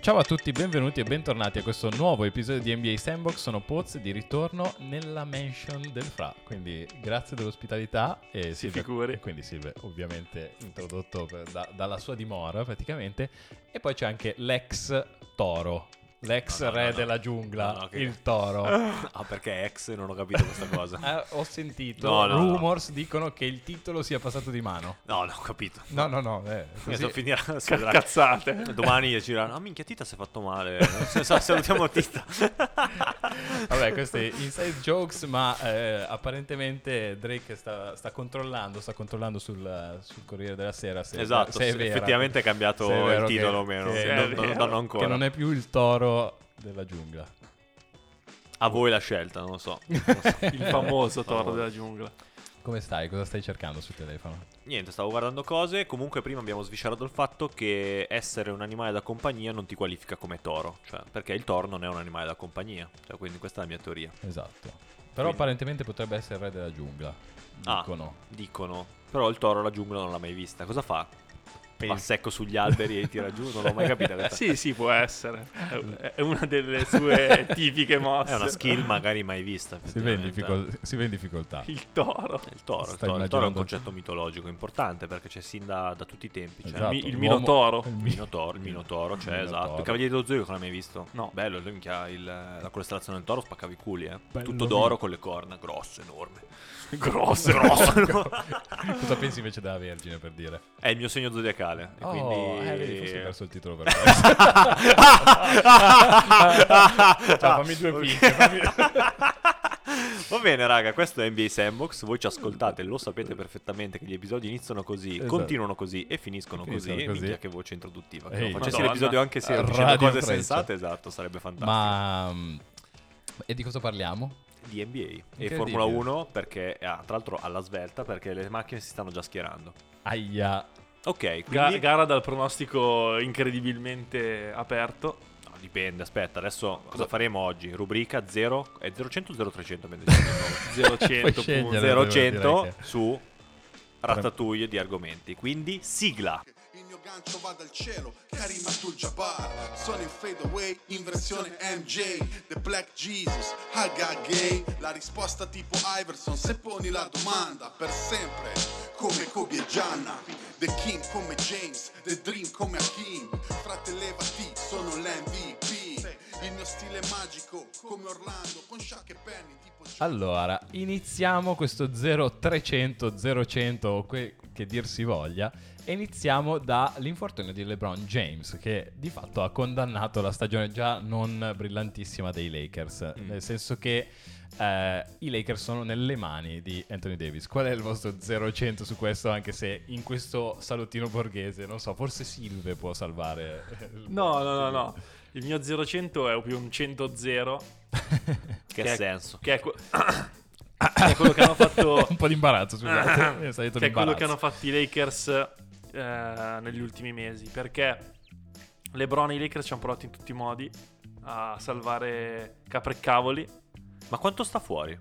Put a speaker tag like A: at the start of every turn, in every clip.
A: Ciao a tutti, benvenuti e bentornati a questo nuovo episodio di NBA Sandbox. Sono Poz di ritorno nella mansion del Fra. Quindi grazie dell'ospitalità. E
B: Si
A: Silve-
B: figuri.
A: e Quindi Silve, ovviamente, introdotto per- da- dalla sua dimora praticamente. E poi c'è anche l'ex toro, l'ex
B: No, no, no,
A: re
B: no.
A: della giungla,
B: No, no, che-
A: il toro.
B: Ah, perché ex? Non ho capito questa cosa.
A: Eh, ho sentito,
B: No, no, no.
A: rumors dicono che il titolo sia passato di mano.
B: Ah, No, non ho capito.
A: No, no, no, eh,
B: Questo
A: così-
B: finirà sulla-
C: Cazzate.
B: Domani ci diranno, ah minchia Tita si è fatto male. S- sa- Salutiamo Tita.
A: Vabbè, queste inside jokes, ma eh, apparentemente Drake sta, sta controllando, sta controllando sul, sul Corriere della Sera se,
B: Esatto,
A: se è
B: se-
A: vera.
B: effettivamente è cambiato
A: Se è
B: il
A: vero
B: titolo o
A: che-
B: meno.
A: che-
B: non, non-
C: vero.
B: non ancora.
A: Che non è più il toro della giungla.
B: A voi la scelta, non lo so. Non lo so.
C: Il famoso toro della giungla.
A: Come stai? Cosa stai cercando sul telefono?
B: Niente, stavo guardando cose. Comunque, prima abbiamo sviscerato il fatto che essere un animale da compagnia non ti qualifica come toro. Cioè, perché il toro non è un animale da compagnia. Cioè, quindi questa è la mia teoria.
A: Esatto. Però
B: Quindi-
A: apparentemente potrebbe essere il re della giungla.
B: Ah.
A: Dicono.
B: Dicono. Però il toro la giungla non l'ha mai vista. Cosa fa? Va
A: Pensa-
B: secco sugli alberi e tira giù. Non l'ho mai capita questa.
C: Eh, Sì, sì, può essere. È- È una delle sue tipiche mosse.
B: È una skill magari mai vista.
A: Si vede in
B: effettivamente.
A: difficol- si vede in difficoltà.
C: Il toro.
B: Il toro, il
A: Sta
B: toro, il toro è un
A: immaginando-
B: concetto mitologico importante perché c'è sin da, da tutti i tempi. Cioè,
A: Esatto,
B: il
C: mi- il
A: l'uomo-
C: minotauro.
A: il
B: mi-
A: mi-
B: Minotauro, il Minotauro, cioè
A: Minotauro.
B: esatto. Il Cavaliere dello Zodiaco non l'hai mai visto?
C: No.
B: Bello, lui minchia il- la costellazione del toro spaccava i culi, eh.
A: Bello
B: Tutto d'oro con le corna, grosso, enorme.
C: Grosso,
B: grosso.
A: Cosa pensi invece della Vergine per dire?
B: È il mio segno zodiacale. e
A: Oh,
B: quindi...
A: eh, vedi, forse ho perso il titolo per questo. Ciao, fammi due pizze, fammi-
B: Va bene, raga, questo è NBA Sandbox. Voi ci ascoltate, lo sapete perfettamente che gli episodi iniziano così,
A: Esatto.
B: continuano così e finiscono,
A: Finiscono
B: così.
A: così.
B: Minchia, che voce introduttiva. Che
A: Ehi.
B: non facessi
C: Madonna.
B: l'episodio anche se
A: Eh,
B: dicendo
A: Radio
B: cose
A: Freccia.
B: sensate, esatto, sarebbe fantastico.
A: Ma mm, e di cosa parliamo?
B: Di NBA e
A: Incredibile.
B: Formula 1 perché, ah, tra l'altro, alla svelta perché le macchine si stanno già schierando.
A: Aia,
B: Ok,
C: Ga-
B: quindi...
C: gara dal pronostico incredibilmente aperto.
B: No, dipende, aspetta, adesso cosa faremo oggi? Rubrica 0... È 0-100 o 0-300? abbiamo deciso?
C: 0-100
A: scegliere.
C: punti.
A: Direi- direi
B: 0-100
A: che-
B: su ratatouille di argomenti. Quindi sigla.
D: Il mio gancio va dal cielo, Karim Abdul-Jabbar Sono in fade away, in versione MJ The Black Jesus, Haga Gay La risposta tipo Iverson, se poni la domanda Per sempre, come Kobe e Gianna The King come James, The Dream come Hakim Fratellevati, sono l'MVP Il mio stile è magico, come Orlando Con Shaq e Penny, tipo...
A: Allora, iniziamo questo 0300 0100 o que- che dir si voglia e iniziamo dall'infortunio di LeBron James che di fatto ha condannato la stagione già non brillantissima dei Lakers,
B: Mm.
A: nel senso che eh, i Lakers sono nelle mani di Anthony Davis. Qual è il vostro 0100 su questo anche se in questo salottino borghese, non so, forse Silve può salvare il-
C: No, no, no, no. Il mio 0-100 è più un 100-0.
B: Che,
C: Che è-
B: senso?
C: Che è, que- che è quello che hanno fatto.
A: un po' di imbarazzo, scusate. Mi è salito
C: che è quello che hanno
A: l'imbarazzo.
C: fatto i Lakers eh, negli ultimi mesi. Perché LeBron e i Lakers ci hanno provato in tutti i modi a salvare caprecavoli.
B: Ma quanto sta fuori?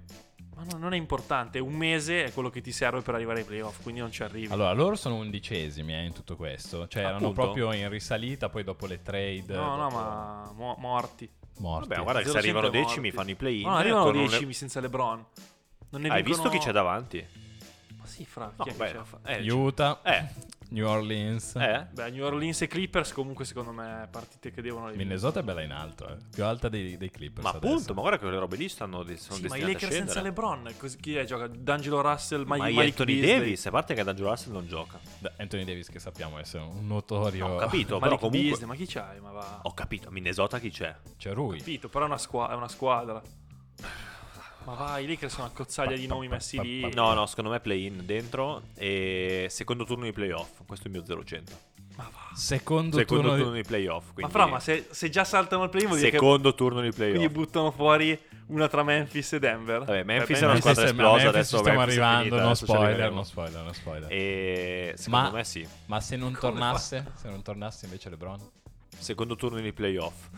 C: Ma no, non è importante. Un mese è quello che ti serve per arrivare ai playoff. Quindi non ci arrivi.
A: Allora, loro sono undicesimi eh, in tutto questo. Cioè, erano
B: Appunto.
A: proprio in risalita, poi dopo le trade.
C: no, no,
A: dopo-
C: ma mo- morti.
A: Morti.
B: Vabbè, guarda che se
C: 0-100
B: arrivano
C: morti.
B: decimi fanno i play-in.
C: Ma non arrivano
B: con un-
C: decimi senza LeBron. Non ne
B: ecco, Hai
C: vincono-
B: visto chi c'è davanti? Eh,
C: Ma sì, fra.
B: No,
C: chi è che
B: beh,
C: c'è?
B: fa- eh,
A: Utah,
B: Eh.
A: New Orleans.
B: eh?
C: Beh, New Orleans e Clippers comunque secondo me partite che devono
A: Minnesota è bella in alto, eh. più alta dei, dei Clippers.
B: Ma
A: adesso.
B: appunto, ma guarda che le robe lì stanno de- sono
C: Sì, ma i
B: destinate a
C: Lakers senza
B: scendere.
C: LeBron, cos- chi è gioca? D'Angelo Russell,
B: Ma
C: Mike,
B: i
C: Mike
B: Anthony
C: Beasley.
B: Davis, a parte che D'Angelo Russell non gioca.
A: Da- Anthony Davis, che sappiamo essere un notorio.
B: Ho capito,
C: Malik
B: però comunque...
C: Beasley, ma chi c'hai? Ma va.
B: Ho capito, Minnesota chi c'è?
A: C'è cioè, lui.
C: Capito, però è una, squa- è una squadra. Ma va, i Lakers sono una cozzaglia di nomi messi lì.
B: No, no, secondo me play-in dentro e secondo turno di playoff. Questo è il mio 0-100.
C: Ma va.
A: Secondo,
B: Secondo
A: turno.
B: turno di playoff.
C: Ma
B: Quindi...
C: fra, ma se, se già saltano il primo, vuol dire che
B: Secondo turno di
C: quindi
B: playoff.
C: buttano fuori una tra Memphis e Denver.
B: Vabbè, Memphis
C: Vabbè,
B: è una
A: Memphis
B: squadra
A: è-
B: esplosa,
A: Memphis
B: adesso
A: ci stiamo
B: Memphis è
A: arrivando,
B: finita,
A: no
B: adesso ci Eh.
A: spoiler,
B: arriveremo.
A: no spoiler, no spoiler.
B: E secondo
A: Ma-
B: me sì.
A: Ma se non
C: Come
A: tornasse, se non tornasse invece LeBron?
B: Secondo turno di playoff.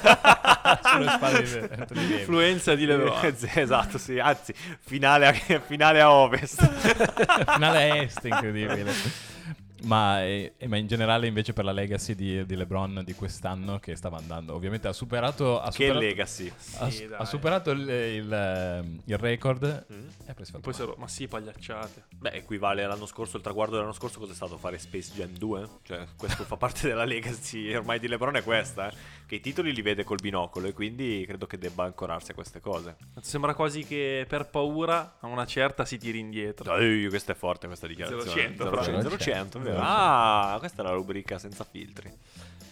A: Sulle spalle di Anthony Davis.
C: Influenza di LeBron.
B: esatto, sì. Anzi, finale a, finale a ovest.
A: Finale est, incredibile. Ma, eh, ma in generale invece per la legacy di, di LeBron di quest'anno che stava andando, ovviamente ha superato... Ha
B: Che
A: superato,
B: legacy.
A: ha,
C: Sì,
A: ha
C: dai.
A: superato il, il, ehm, il record Eh,
B: Mm.
A: e poi si è fatto
C: Poi
A: male.
C: sarò, ma sì, pagliacciate.
B: Beh, equivale all'anno scorso, il traguardo dell'anno scorso cos'è stato? Fare Space Jam 2? Cioè, questo fa parte della legacy ormai di LeBron è questa, eh, che i titoli li vede col binocolo e quindi credo che debba ancorarsi a queste cose.
C: Sembra quasi che per paura a una certa si tiri indietro.
B: Ehi, questa è forte questa dichiarazione.
C: 0-100,
B: 0-100,
A: proprio.
B: 0-100, vero?
A: 0-100.
B: Ah, questa è la rubrica senza filtri.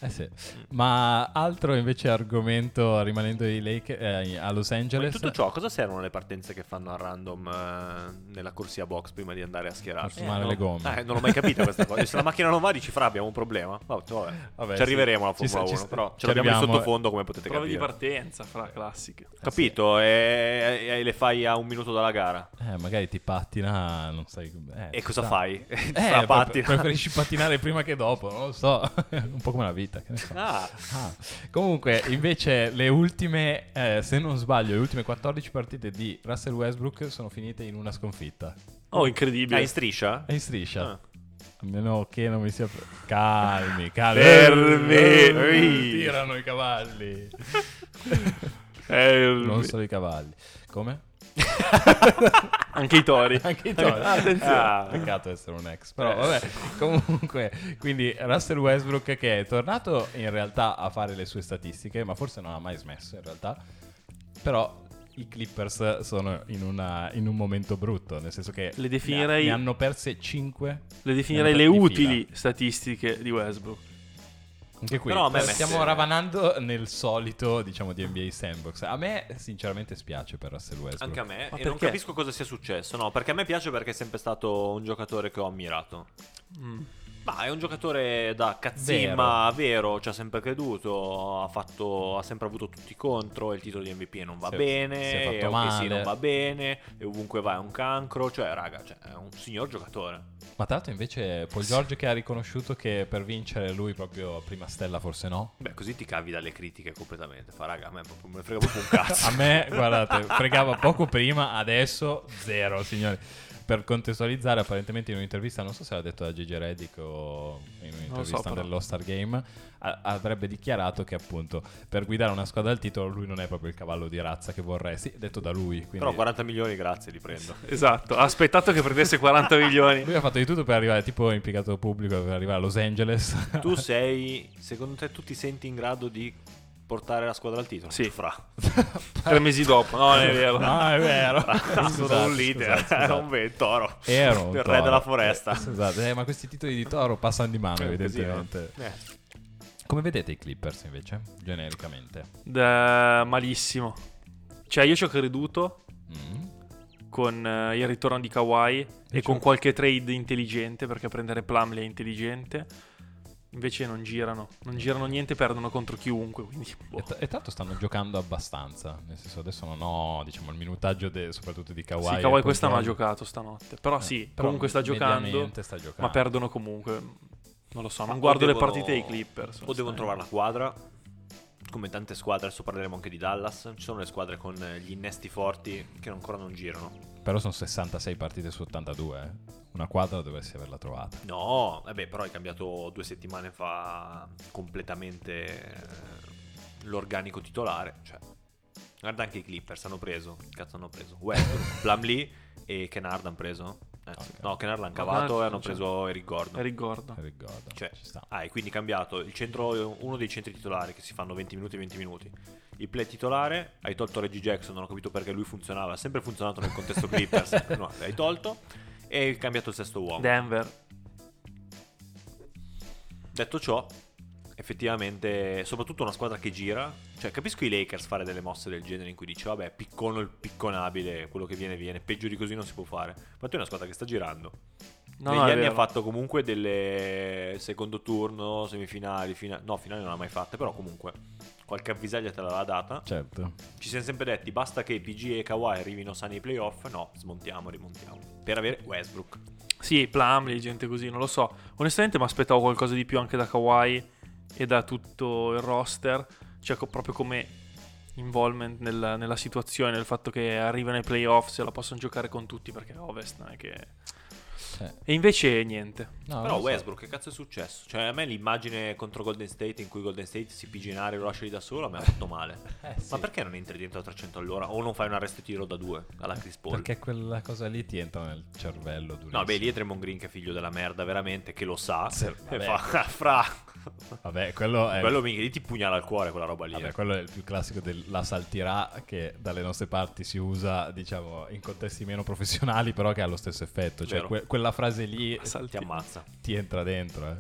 A: Eh sì. Ma altro invece argomento rimanendo ai Lake- eh, a Los
B: Ma in
A: Angeles.
B: tutto ciò, cosa servono le partenze che fanno a random eh, nella corsia box prima di andare a
A: Per
B: schierarsi?
A: sfumare
C: no.
A: le gomme.
B: Eh, non l'ho mai capita questa cosa. Se la macchina non va, dici fra, abbiamo un problema. Vabbè, vabbè.
A: Vabbè,
B: ci
A: sì.
B: arriveremo alla
A: Ci sta-
B: Formula 1,
A: ci sta-
B: però ce
A: ci
B: l'abbiamo in
A: arriviamo,
B: sottofondo, come potete
C: Prove di
B: capire.
C: partenza, fra classiche.
B: Capito, e, e- e le fai a un minuto dalla gara.
A: Eh, magari ti pattina, non sai. eh,
B: E
A: ci
B: cosa
A: sta.
B: fai?
A: Eh,
B: Fra
A: pre-
B: pattina.
A: preferisci pattinare prima che dopo, non lo so. Un po' come la vita, che ne so.
B: Ah,
A: Ah. Comunque, invece, le ultime, eh, se non sbaglio, le ultime 14 partite di Russell Westbrook sono finite in una sconfitta.
C: Oh,
B: ah,
C: incredibile.
B: in striscia?
A: È in striscia.
B: Ah.
A: A meno che non mi sia... Calmi, calmi.
B: Fermi.
A: Tirano i cavalli.
C: Eh,
A: Non solo i cavalli. Come?
C: Anche i tori.
A: Anche i tori. Attenzione.
B: Ah. Eh.
A: Peccato essere un ex. Però vabbè. Comunque, quindi Russell Westbrook che è tornato in realtà a fare le sue statistiche, ma forse non ha mai smesso in realtà. Però i Clippers sono in, una- in un momento brutto, nel senso che
C: Le
A: ne,
C: definirei-
A: ne hanno perse 5.
C: Le definirei le utili statistiche di Westbrook.
A: Anche qui
B: Però a me
A: stiamo
B: messe-
A: ravanando nel solito, diciamo, di NBA Sandbox. A me sinceramente spiace per Russell Westbrook.
B: Anche a me.
C: Ma
B: e non
C: perché?
B: capisco cosa sia successo. No, perché a me piace perché è sempre stato un giocatore che ho ammirato.
C: Mm.
B: Ma è un giocatore da cazzimma, vero. ci ha sempre creduto, ha, fatto- ha sempre avuto tutti contro, il titolo di MVP non va
A: Si è- si
B: bene,
A: è fatto
B: e OKC
A: male.
B: non va bene, e ovunque va è un cancro, cioè raga, cioè, è un signor giocatore.
A: Ma tra l'altro invece Paul George che ha riconosciuto che per vincere lui proprio prima stella forse no.
B: Beh, così ti cavi dalle critiche completamente, fa raga, a me proprio, me ne frega proprio un cazzo.
A: A me, guardate, fregava poco prima, adesso zero, signori. Per contestualizzare, apparentemente in un'intervista, non so se l'ha detto da Gigi Reddick o in
C: Non lo so,
A: un'intervista
C: però.
A: dell'All-Star Game, a- avrebbe dichiarato che appunto per guidare una squadra al titolo lui non è proprio il cavallo di razza che vorresti, detto da lui. Quindi
B: Però 40 milioni, grazie, li prendo.
C: Esatto, ha aspettato che prendesse 40 milioni.
A: lui ha fatto di tutto per arrivare, tipo impiegato pubblico, per arrivare a Los Angeles.
B: Tu sei, secondo te, tu ti senti in grado di portare la squadra al titolo?
C: Sì.
B: Fra.
C: Tre mesi dopo, no, non è vero.
A: No, è vero.
B: Sono un
A: Scusate,
B: leader,
A: scusate, scusate.
B: non vedo, toro.
A: Ero un
B: Il re
A: toro.
B: della foresta.
A: Eh, Scusate, eh, ma questi titoli di toro passano di mano,
B: Eh, così,
A: evidentemente.
B: eh.
A: Come vedete i Clippers invece, genericamente?
C: Da- malissimo. Cioè, io ci ho creduto
A: Mm.
C: con eh, il ritorno di Kawhi e
A: Dici-
C: con qualche trade intelligente, perché prendere Plumlee è intelligente. Invece non girano, non girano niente, perdono contro chiunque, quindi boh.
A: E, t- e tanto stanno giocando abbastanza, nel senso adesso non ho diciamo, il minutaggio de- soprattutto di Kawhi.
C: Sì,
A: e
C: Kawhi
A: Paul
C: questa non ha
A: George.
C: giocato stanotte, però
A: Eh,
C: sì,
A: però
C: comunque sta giocando,
A: mediamente sta giocando.
C: ma perdono comunque. Non lo so, non
B: Eh. Ma
C: guardo
B: o
C: le
B: devono-
C: partite dei Clippers.
B: O devono trovare la quadra. Come tante squadre, adesso parleremo anche di Dallas. Ci sono le squadre con eh, gli innesti forti che ancora non girano.
A: Però sono 66 partite su 82, eh. una quadra dovresti averla trovata.
B: No, vabbè, però hai cambiato due settimane fa completamente eh, l'organico titolare. Cioè, guarda anche i Clippers hanno preso. Cazzo, hanno preso Westbrook, Plumlee e Kennard hanno preso. Eh,
A: Ok.
B: No, Kennard l'hanno
C: No,
B: cavato
C: Kennard
B: e hanno
C: non c'è.
B: preso Eric Gordon.
C: Eh, Ricordo.
A: Ricordo,
B: Cioè,
A: ci sta.
B: hai quindi cambiato il centro, uno dei centri titolari che si fanno 20 minuti e 20 minuti. Il play titolare, hai tolto Reggie Jackson, non ho capito perché lui funzionava, ha sempre funzionato nel contesto Clippers, no, l'hai tolto e hai cambiato il sesto uomo.
C: Denver.
B: Detto ciò, effettivamente, soprattutto una squadra che gira, cioè capisco i Lakers fare delle mosse del genere in cui dici vabbè, piccono il picconabile, quello che viene viene, peggio di così non si può fare. Ma tu è una squadra che sta girando.
C: No,
B: Negli
C: no, è
B: anni
C: vero.
B: ha fatto comunque delle secondo turno, semifinali, fina- no, finali non l'ha mai fatte, però comunque qualche avvisaglia te l'aveva data.
A: Certo.
B: Ci siamo sempre detti, basta che PG e Kawhi arrivino sani ai playoff, no, smontiamo, rimontiamo, per avere Westbrook.
A: Ah,
C: Sì, Plumlee, gente così, non lo so. Onestamente mi aspettavo qualcosa di più anche da Kawhi e da tutto il roster, cioè co- proprio come involvement nel- nella situazione, il fatto che arrivano ai playoff se la possono giocare con tutti perché Ovest non è che...
A: Eh,
C: E invece niente.
A: no,
B: Però
A: non so.
B: Westbrook, che cazzo è successo? Cioè, a me l'immagine contro Golden State in cui Golden State si pigina in aria e lo lascia lì da solo mi ha fatto male.
A: Eh, sì.
B: Ma perché non entri dentro a 300 all'ora? O non fai un arresto e tiro da due alla Chris Paul?
A: Perché quella cosa lì ti entra nel cervello durissimo.
B: No, beh, lì è Draymond Green che è figlio della merda, veramente, che lo sa.
A: Sì,
B: e
A: vabbè.
B: fa, fra...
A: Vabbè, quello è...
B: Quello mica, lì ti pugnala al cuore quella roba lì.
A: Eh, Vabbè,
B: eh.
A: quello è il più classico della saltirà che dalle nostre parti si usa, diciamo, in contesti meno professionali, però che ha lo stesso effetto. Cioè,
B: Vero.
A: que- quella frase lì
B: Ti ammazza.
A: ti entra dentro. eh.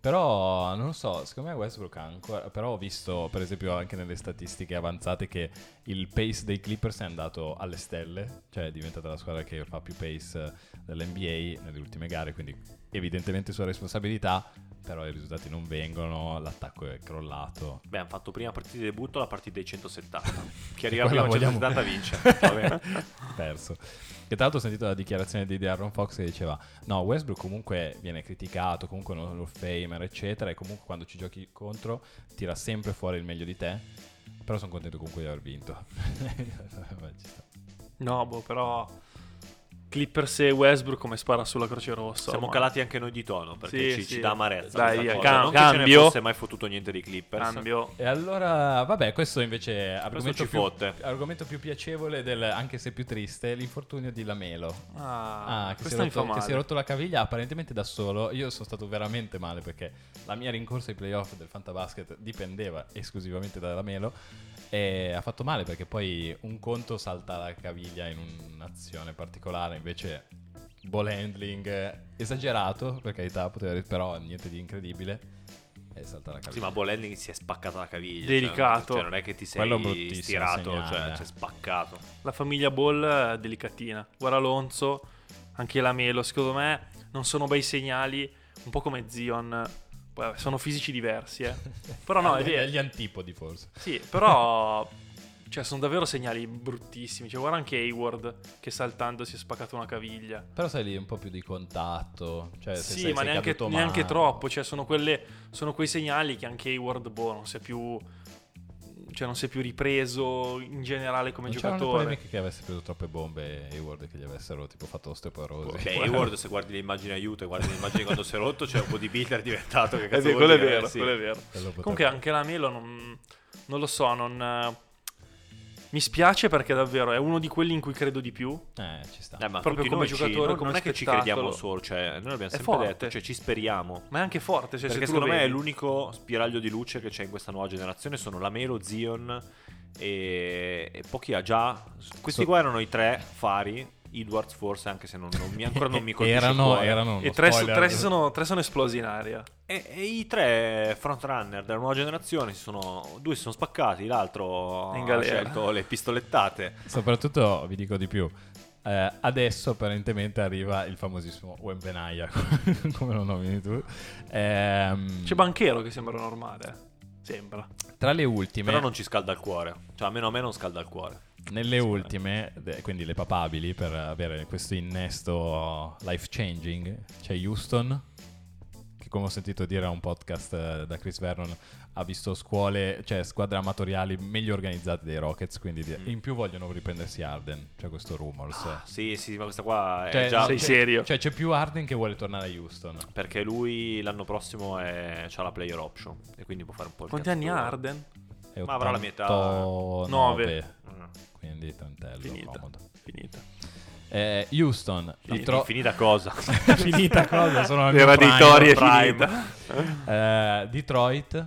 A: Però non so, secondo me Westbrook ha ancora. Però ho visto, per esempio, anche nelle statistiche avanzate che il pace dei Clippers è andato alle stelle, cioè è diventata la squadra che fa più pace eh, dell'NBA nelle ultime gare, quindi evidentemente sua responsabilità, però i risultati non vengono, l'attacco è crollato.
B: Beh, hanno fatto prima partita di debutto la partita dei 170. Chi arriva
A: Quella
B: prima a
A: vogliamo-
B: 170 vince. Va bene.
A: perso. Che tra l'altro ho sentito la dichiarazione di Darren Fox che diceva: No, Westbrook comunque viene criticato, comunque non lo famer, eccetera. E comunque quando ci giochi contro tira sempre fuori il meglio di te. Però sono contento comunque di aver vinto. Ci sta.
C: No, boh, però Clippers e Westbrook come spara sulla Croce Rossa.
B: Siamo
C: ormai.
B: calati anche noi di tono perché
C: Sì,
B: ci,
C: sì.
B: ci dà amarezza.
C: Dai,
B: questa
C: via,
B: cosa.
C: cam-
B: non che ce
C: cambio.
B: ne fosse mai fottuto niente dei Clippers.
C: Cambio.
A: e allora, vabbè, questo invece è argomento,
B: ci
A: più,
B: fotte.
A: argomento più piacevole, del, anche se più triste, l'infortunio di Lamelo.
C: Ah,
A: Ah, che si,
C: questa
A: è
C: mi fa
A: rotto, che
C: male.
A: si è rotto la caviglia apparentemente da solo. Io sono stato veramente male perché la mia rincorsa ai playoff del Fantabasket dipendeva esclusivamente da Lamelo e ha fatto male perché poi un conto salta la caviglia in un'azione particolare, invece ball handling eh, esagerato, per carità, poteva, però niente di incredibile e salta la
B: Sì,
A: caviglia.
B: ma Bolenning si è spaccata la caviglia.
C: Delicato.
B: Cioè, cioè, non è che ti
A: Quello è un
B: sei
A: bruttissimo
B: stirato,
A: segnale,
B: cioè,
A: eh.
B: cioè, spaccato.
C: La famiglia Ball è delicatina. Guarda Alonso, anche la Melo, secondo me non sono bei segnali, un po' come Zion. Poi, vabbè, Sono fisici diversi, eh. Però no, è
A: Agli-
C: vero.
A: agli antipodi forse.
C: Sì, però cioè, sono davvero segnali bruttissimi. Cioè, guarda anche Hayward che saltando si è spaccato una caviglia.
A: Però sai lì un po' più di contatto. Cioè, se
C: sì,
A: sei-
C: ma
A: sei
C: neanche,
A: caduto
C: neanche
A: male.
C: troppo. Cioè, sono, quelle, sono quei segnali che anche Hayward, boh, non si è più. Cioè, non si è più ripreso in generale come
A: Non c'erano le
C: giocatore.
A: polemiche che avesse preso troppe bombe e Hayward che gli avessero tipo fatto osteoporosi.
B: Beh, Hayward, se guardi le immagini aiuto e guardi le immagini quando si è rotto, c'è un po' di builder diventato. Che
C: Eh
B: cazzo
C: sì,
B: vuol
C: quello è
B: dire,
C: vero,
B: sì.
C: quello è vero.
A: Quello potrebbe-
C: Comunque anche la Melo non, non lo so, non... eh, Mi spiace perché davvero è uno di quelli in cui credo di più.
A: Eh, ci sta.
B: Eh, ma
C: Proprio
B: tutti
C: come
B: noi
C: giocatore,
B: ci, non-
C: come
B: non è che ci
C: spettacolo.
B: crediamo solo, cioè, noi l'abbiamo sempre
C: forte.
B: detto, cioè, ci speriamo.
C: Ma è anche forte. Cioè,
B: Perché
C: se tu lo
B: secondo me è
C: vedi.
B: l'unico spiraglio di luce che c'è in questa nuova generazione sono Lamelo, Zion e, e pochi ha già. Questi
A: So-
B: qua erano i tre fari, Edwards forse anche se non, non mi, ancora non mi colpisce il
A: erano,
B: cuore.
A: erano uno
C: E tre,
A: spoiler.
C: tre si sono, tre sono esplosi in aria.
B: E, e i tre frontrunner della nuova generazione si sono, due si sono spaccati, l'altro
C: In
B: ha
C: galera.
B: scelto le pistolettate.
A: Soprattutto, vi dico di più, eh, adesso apparentemente arriva il famosissimo Wembenaya, come lo nomini tu. Ehm,
C: C'è Banchero che sembra normale. eh. Sembra.
A: tra le ultime...
B: Però non ci scalda il cuore, cioè almeno a me non scalda il cuore.
A: Nelle ultime, de- quindi le papabili, per avere questo innesto life changing, c'è Houston, che come ho sentito dire a un podcast eh, da Chris Vernon, ha visto scuole, cioè squadre amatoriali meglio organizzate dei Rockets, quindi di-
B: Mm.
A: in più vogliono riprendersi Arden, c'è questo rumors.
B: Ah, Sì, sì, ma questa qua è
A: Cioè,
B: eh, già...
C: sei serio?
A: Cioè c'è più Arden che vuole tornare a Houston.
B: Perché lui l'anno prossimo è, ha la player option e quindi può fare un po' il
C: Quanti
B: cazzo
C: anni
B: suo.
C: ha Arden?
A: È
B: Ma avrà la mia età.
A: 89,
C: Nove.
B: Mm.
A: Quindi trentello,
C: Finita.
A: comodo.
C: Finita.
A: Eh, Houston,
B: Fin-
A: ritro-
B: Finita cosa?
A: finita cosa, sono al mio
C: Era
A: prime,
C: dei tori e
A: prime.
C: finita.
A: Eh, Detroit.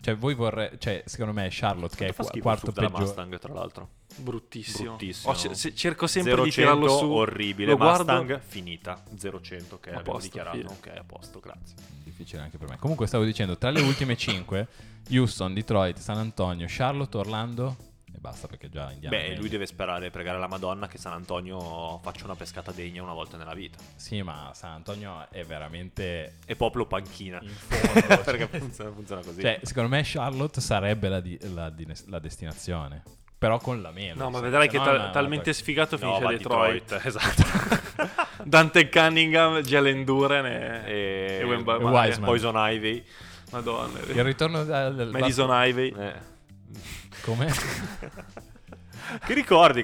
A: Cioè, voi vorrei. Cioè, secondo me, Charlotte, che è
B: Fa
A: qua-
B: schifo il
A: quarto
B: sub della
A: peggiore.
B: Mustang, tra l'altro.
C: Bruttissimo.
B: Bruttissimo.
C: Ho ce- se- cerco sempre
B: 0
C: di tirarlo su.
B: orribile.
C: Lo guardo.
B: Mustang, finita. 0-100, ok,
C: A
B: abbiamo
C: posto,
B: dichiarato.
C: fine.
B: Ok, a posto, grazie.
A: Difficile anche per me. Comunque, stavo dicendo, tra le ultime 5, Houston, Detroit, San Antonio, Charlotte, Orlando. E basta perché già Indiana.
B: Beh, lui deve sperare e pregare la Madonna che San Antonio faccia una pescata degna una volta nella vita.
A: Sì, ma San Antonio è veramente.
B: E popolo panchina.
A: In fondo,
B: Perché funziona, funziona così.
A: Mm. Cioè, secondo me, Charlotte sarebbe la, di- la di- la destinazione. Però con la mela.
C: No, ma
A: se-
C: vedrai
A: se
C: che
A: Eh, no
C: tal-
A: è una-
C: talmente sfigato
B: no,
C: finisce
B: va a
C: Detroit.
B: Detroit. Esatto.
C: Dante Cunningham, Jalen Duren e...
B: e,
C: E Wembanyama.
A: E Wiseman.
B: Poison Ivy.
C: Madonna.
A: Il ritorno al.
C: Madison Ivey.
B: Eh.
A: Come?
B: Che ricordi,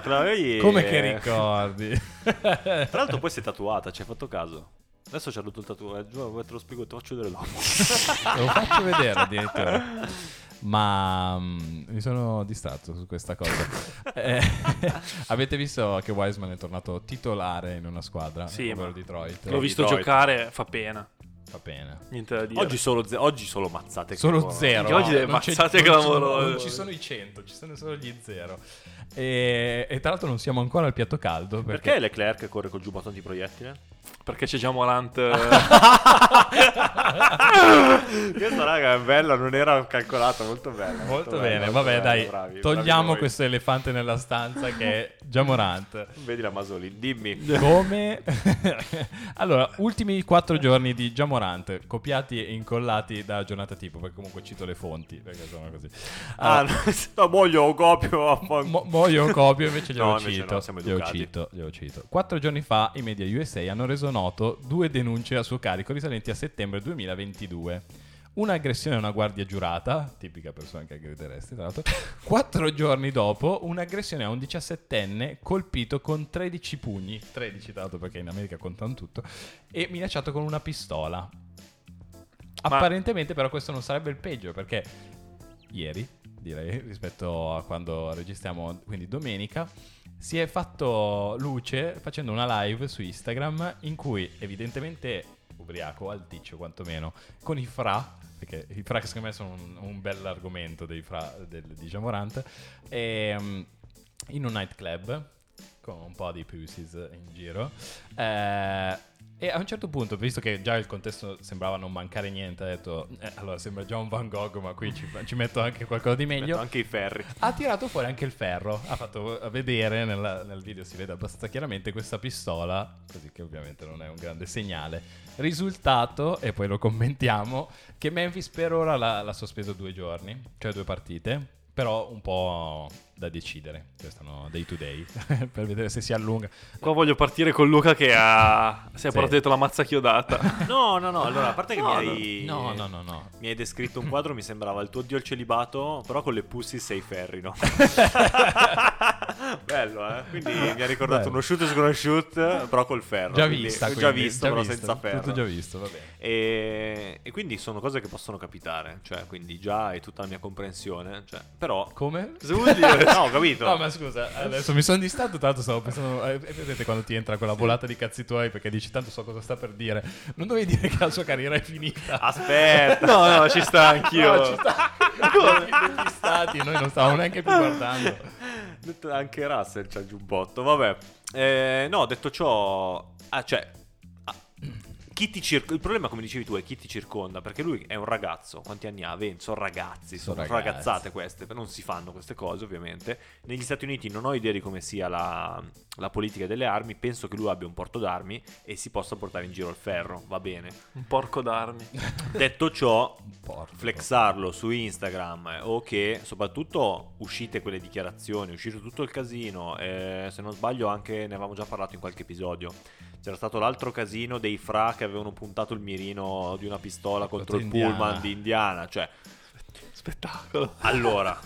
B: Quella lì-
A: Come che ricordi?
B: Tra l'altro poi si è tatuata, ci hai fatto caso? Adesso c'è rotto il tatuaggio, guarda, te lo spiego, ti faccio vedere dopo.
A: Lo faccio vedere addirittura. Ma mm, mi sono distratto su questa cosa. Eh, avete visto che Wiseman è tornato titolare in una squadra,
C: Sì,
A: ovvero
C: ma-
A: Detroit.
C: L'ho visto
B: Detroit.
C: giocare, fa pena.
A: Fa pena.
C: Niente da dire.
B: Oggi solo, ze- oggi solo mazzate. che
A: Solo
B: buono.
A: zero.
C: Anche oggi delle
A: Non c'è-
C: mazzate
A: non ci sono-
C: clamorose.
A: Non ci sono i 100, ci sono solo gli zero. E, e tra l'altro non siamo ancora al piatto caldo
B: Perché
A: perché...
B: Leclerc corre col giubbotto antiproiettile?
C: Perché c'è già Morant. eh,
B: Questa raga è bella, non era calcolata, molto bella.
A: Molto
B: bella,
A: bene,
B: molto
A: vabbè
B: bella,
A: dai,
B: bravi, bravi
A: togliamo
B: voi.
A: questo elefante nella stanza che è Giamorant.
B: Vedi la Masolin, dimmi.
A: Eh. Come? allora, ultimi quattro giorni di Giamorant, copiati e incollati da giornata tipo, perché comunque cito le fonti, perché sono così.
B: Ah, no, se no, moglio o copio. affan-
A: Mo, mo io copio invece glielo
B: No, invece
A: cito.
B: no, siamo
A: glielo
B: educati.
A: cito, glielo cito. Quattro giorni fa i media USA hanno reso noto due denunce a suo carico risalenti a settembre 2022. Un'aggressione a una guardia giurata, tipica persona che aggradiresti tra l'altro, quattro giorni dopo un'aggressione a un 17enne colpito con 13 pugni, 13 tra l'altro perché in America contano tutto, e minacciato con una pistola.
C: Ma-
A: Apparentemente però questo non sarebbe il peggio perché ieri, direi, rispetto a quando registriamo, quindi domenica, si è fatto luce facendo una live su Instagram in cui evidentemente ubriaco, alticcio quantomeno, con i fra, perché i fra che secondo me sono un, un bel argomento dei fra del, di Jamorant, ehm, in un nightclub con un po' di Pussies in giro. eh, e a un certo punto, visto che già il contesto sembrava non mancare niente, ha detto: "Eh, Allora sembra già un Van Gogh, ma qui ci, ci metto anche qualcosa di
B: Metto
A: meglio
B: anche i ferri.
A: ha tirato fuori anche il ferro. Ha fatto vedere nella- nel video, si vede abbastanza chiaramente questa pistola, così che ovviamente non è un grande segnale. Risultato, e poi lo commentiamo, che Memphis per ora l'ha, l'ha sospeso due giorni, cioè due partite. Però un po' da decidere, questo no, day to day, per vedere se si allunga.
C: Qua voglio partire con Luca che ha. Si
A: Sì.
C: è portato dietro la mazza chiodata.
B: No, no, no, allora, a parte che
C: No,
B: mi hai...
A: No, no, no, no.
B: Mi hai descritto un quadro, mi sembrava il tuo dio al celibato, però con le pussy sei ferri, no? Bello, eh? Quindi mi ha ricordato
A: Bello.
B: uno shoot e sconosciut, però col ferro.
A: Già
B: quindi-
A: vista,
B: già
A: quindi,
B: visto, però senza ferro.
A: Tutto già visto, va bene.
B: E, e quindi sono cose che possono capitare, cioè, quindi già è tutta la mia comprensione, cioè, però...
A: Come?
B: Cosa vuol dire? No, ho capito.
A: No, ma scusa, adesso mi sono distratto, tanto stavo pensando... eh, vedete quando ti entra quella volata di cazzi tuoi perché dici tanto so cosa sta per dire. Non dovevi dire che la sua carriera è finita.
B: Aspetta.
C: no, no, ci sta anch'io.
A: No, ci sta. Negli stati, noi non stavamo neanche
B: Ah.
A: più guardando.
B: Detto- Anche Russell c'ha il giubbotto, vabbè. Eh, no, detto ciò... Ah, cioè... ah, chi ti cir- il problema, come dicevi tu, è chi ti circonda, perché lui è un ragazzo. Quanti anni ha? 20, sono ragazzi, sono,
A: Sono ragazzi.
B: ragazzate queste, non si fanno queste cose ovviamente. Negli Stati Uniti non ho idea di come sia la, la politica delle armi, penso che lui abbia un porto d'armi e si possa portare in giro il ferro, va bene.
C: Un porco d'armi.
B: Detto ciò,
A: Porco.
B: flexarlo su Instagram eh, o che soprattutto uscite quelle dichiarazioni, è uscito tutto il casino, eh, se non sbaglio anche ne avevamo già parlato in qualche episodio. C'era stato l'altro casino dei fra che avevano puntato il mirino di una pistola contro il
A: Indiana.
B: pullman di Indiana, cioè
C: Spettacolo.
B: allora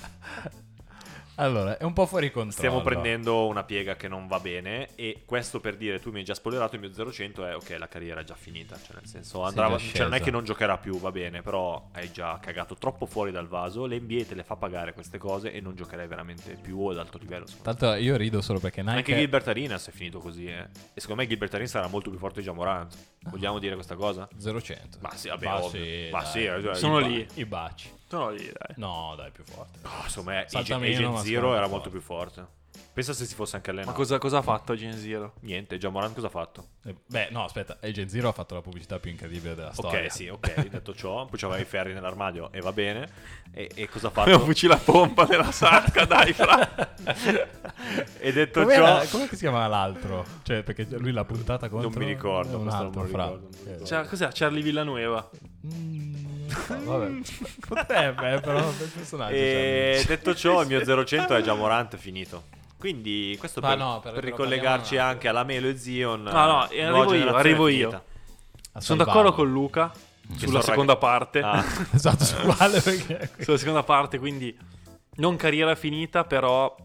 A: Allora, è un po' fuori controllo.
B: stiamo prendendo una piega che non va bene e questo per dire tu mi hai già spoilerato il mio 0-100 è ok la carriera è già finita, cioè nel senso andrà,
A: già
B: cioè, non è
A: sceso.
B: che non giocherà più, va bene, però hai già cagato troppo fuori dal vaso, l'NBA te le fa pagare queste cose e non giocherai veramente più ad alto livello. secondo me.
A: Tanto io rido solo perché Nike...
B: Anche Gilbert Arenas è finito così, eh. E secondo me Gilbert Arenas sarà molto più forte di Jamorant. Vogliamo dire questa cosa?
A: 0-100.
B: Ma sì, vabbè,
A: Ma
B: ovvio.
A: sì,
B: Ma
A: dai.
B: sì, eh, cioè,
C: Sono
B: il-
C: lì.
A: I baci.
C: Sono lì, dai.
A: No, dai, più forte.
B: Ah, Insomma, eh,
A: Salta
B: Agent
A: meno,
B: Agent
A: ma
B: Zero
A: secondo me
B: era
A: è
B: molto più forte. Pensa se si fosse anche
C: Ma
B: allenato.
C: cosa, cosa ha fatto Gen Zero?
B: Niente, Jamorant cosa ha fatto?
A: Eh, Beh, no, aspetta, Agent Zero ha fatto la pubblicità più incredibile della storia.
B: Ok, sì, ok, detto ciò, poi c'aveva i ferri nell'armadio e va bene. E, e cosa ha
C: Aveva un
B: fatto?
C: fucile a pompa nella sacca, dai, fra.
B: e detto
A: Com'era-
B: ciò...
A: Com'è che si chiamava l'altro? Cioè, perché lui l'ha puntata contro...
B: mi ricordo,
A: un
B: questo non me
A: altro
B: lo
A: fra. eh.
B: ricordo, Cioè- non mi ricordo.
C: C'era- cos'era? Charlie Villanueva.
A: Mm, vabbè. Potrebbe, eh, però per personaggio.
B: E
A: cioè.
B: detto ciò, il mio 0-100 è già Morant finito. Quindi questo
A: Ma
B: per,
A: Ah, no, per-
B: per
A: però
B: ricollegarci
A: parliamo un
B: anche alla Melo e Zion.
C: No, no, e
B: nuova
C: arrivo io,
B: generazione
C: arrivo io.
B: finita.
A: A
C: Sono
A: salvarlo.
C: d'accordo con Luca sulla
B: sono
C: seconda parte.
B: Ah,
A: Esatto, su quale perché...
C: Sulla seconda parte, quindi non carriera finita, però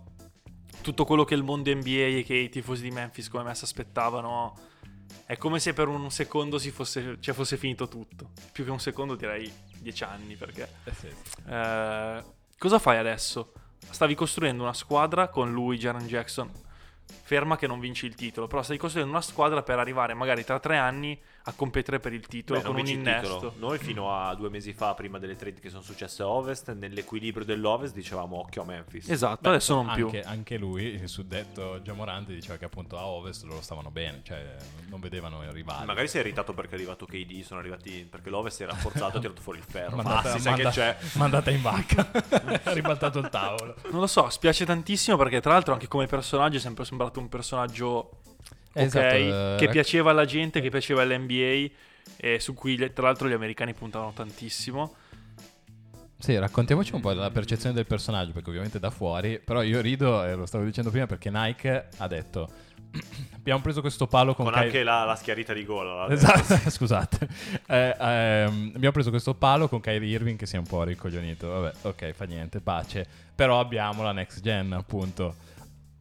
C: tutto quello che il mondo NBA e che i tifosi di Memphis come me si aspettavano. È come se per un secondo ci fosse, cioè fosse finito tutto. Più che un secondo direi dieci anni perché...
A: Eh sì,
C: Eh, cosa fai adesso? Stavi costruendo una squadra con lui, Jaren Jackson. Ferma che non vinci il titolo, però stai costruendo una squadra per arrivare magari tra tre anni a competere per il titolo
B: Beh, non
C: con un
B: vinci il titolo.
C: innesto.
B: Noi fino a due mesi fa, prima delle trade che sono successe a Ovest, nell'equilibrio dell'Ovest dicevamo occhio a Memphis.
C: Esatto,
A: Beh,
C: adesso non più.
A: Anche, anche lui, il suddetto Giamorante, diceva che appunto a ovest loro stavano bene, cioè non vedevano il rivale.
B: Magari si è irritato perché è arrivato KD, sono arrivati perché l'Ovest si è rafforzato e ha tirato fuori il ferro. Ma
A: Mandata-
B: si sa che
A: manda-
B: c'è.
A: Mandata in vacca. ha ribaltato il tavolo.
C: Non lo so, spiace tantissimo perché tra l'altro anche come personaggio è sempre sembrato un personaggio ok,
A: Esatto, eh,
C: che
A: rac-
C: piaceva alla gente, che piaceva all'NBA e su cui le- tra l'altro gli americani puntavano tantissimo.
A: Sì, raccontiamoci un po' della percezione del personaggio, perché ovviamente da fuori, però io rido, eh, lo stavo dicendo prima, perché Nike ha detto, abbiamo preso questo palo con,
B: Con
A: Ky-
B: anche la, la schiarita di gola. la-
A: Esatto, scusate. Eh, ehm, abbiamo preso questo palo con Kyrie Irving che si è un po' ricoglionito. Vabbè, ok, fa niente, pace. Però abbiamo la next gen, appunto.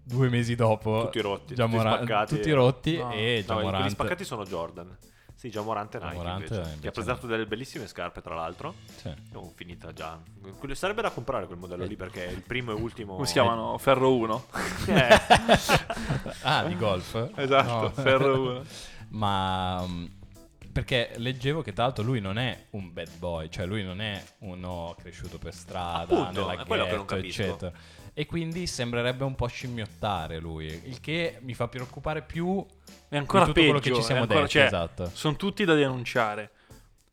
A: Due mesi dopo,
B: Tutti rotti,
A: Gian
B: tutti
A: Moran-
B: spaccati.
A: tutti rotti e
C: No.
B: No,
A: Eh, Gian
B: i- quelli
A: Morant-
B: spaccati sono Jordan. Sì, già Morante Nike
A: Morant,
B: invece,
A: eh,
B: Che
A: invece
B: ha presentato delle bellissime scarpe, tra l'altro.
A: Sì.
B: Oh, finita già. Quello- Sarebbe da comprare quel modello
A: Eh.
B: lì perché è il primo e ultimo. Eh.
C: Come si
A: Oh,
C: chiamano? Ferro 1.
A: Ah, di golf?
C: Esatto,
A: No.
C: ferro 1.
A: Ma mm, perché leggevo che tra l'altro lui non è un bad boy, cioè lui non è uno cresciuto per strada,
B: Appunto,
A: nella
B: è quello che non
A: ghetto,
B: capisco.
A: eccetera. E quindi sembrerebbe un po' scimmiottare lui, il che mi fa preoccupare più
C: È ancora
A: di tutto
C: peggio.
A: quello che ci siamo
C: è ancora-
A: detti,
C: cioè,
A: esatto.
C: Sono tutti da denunciare.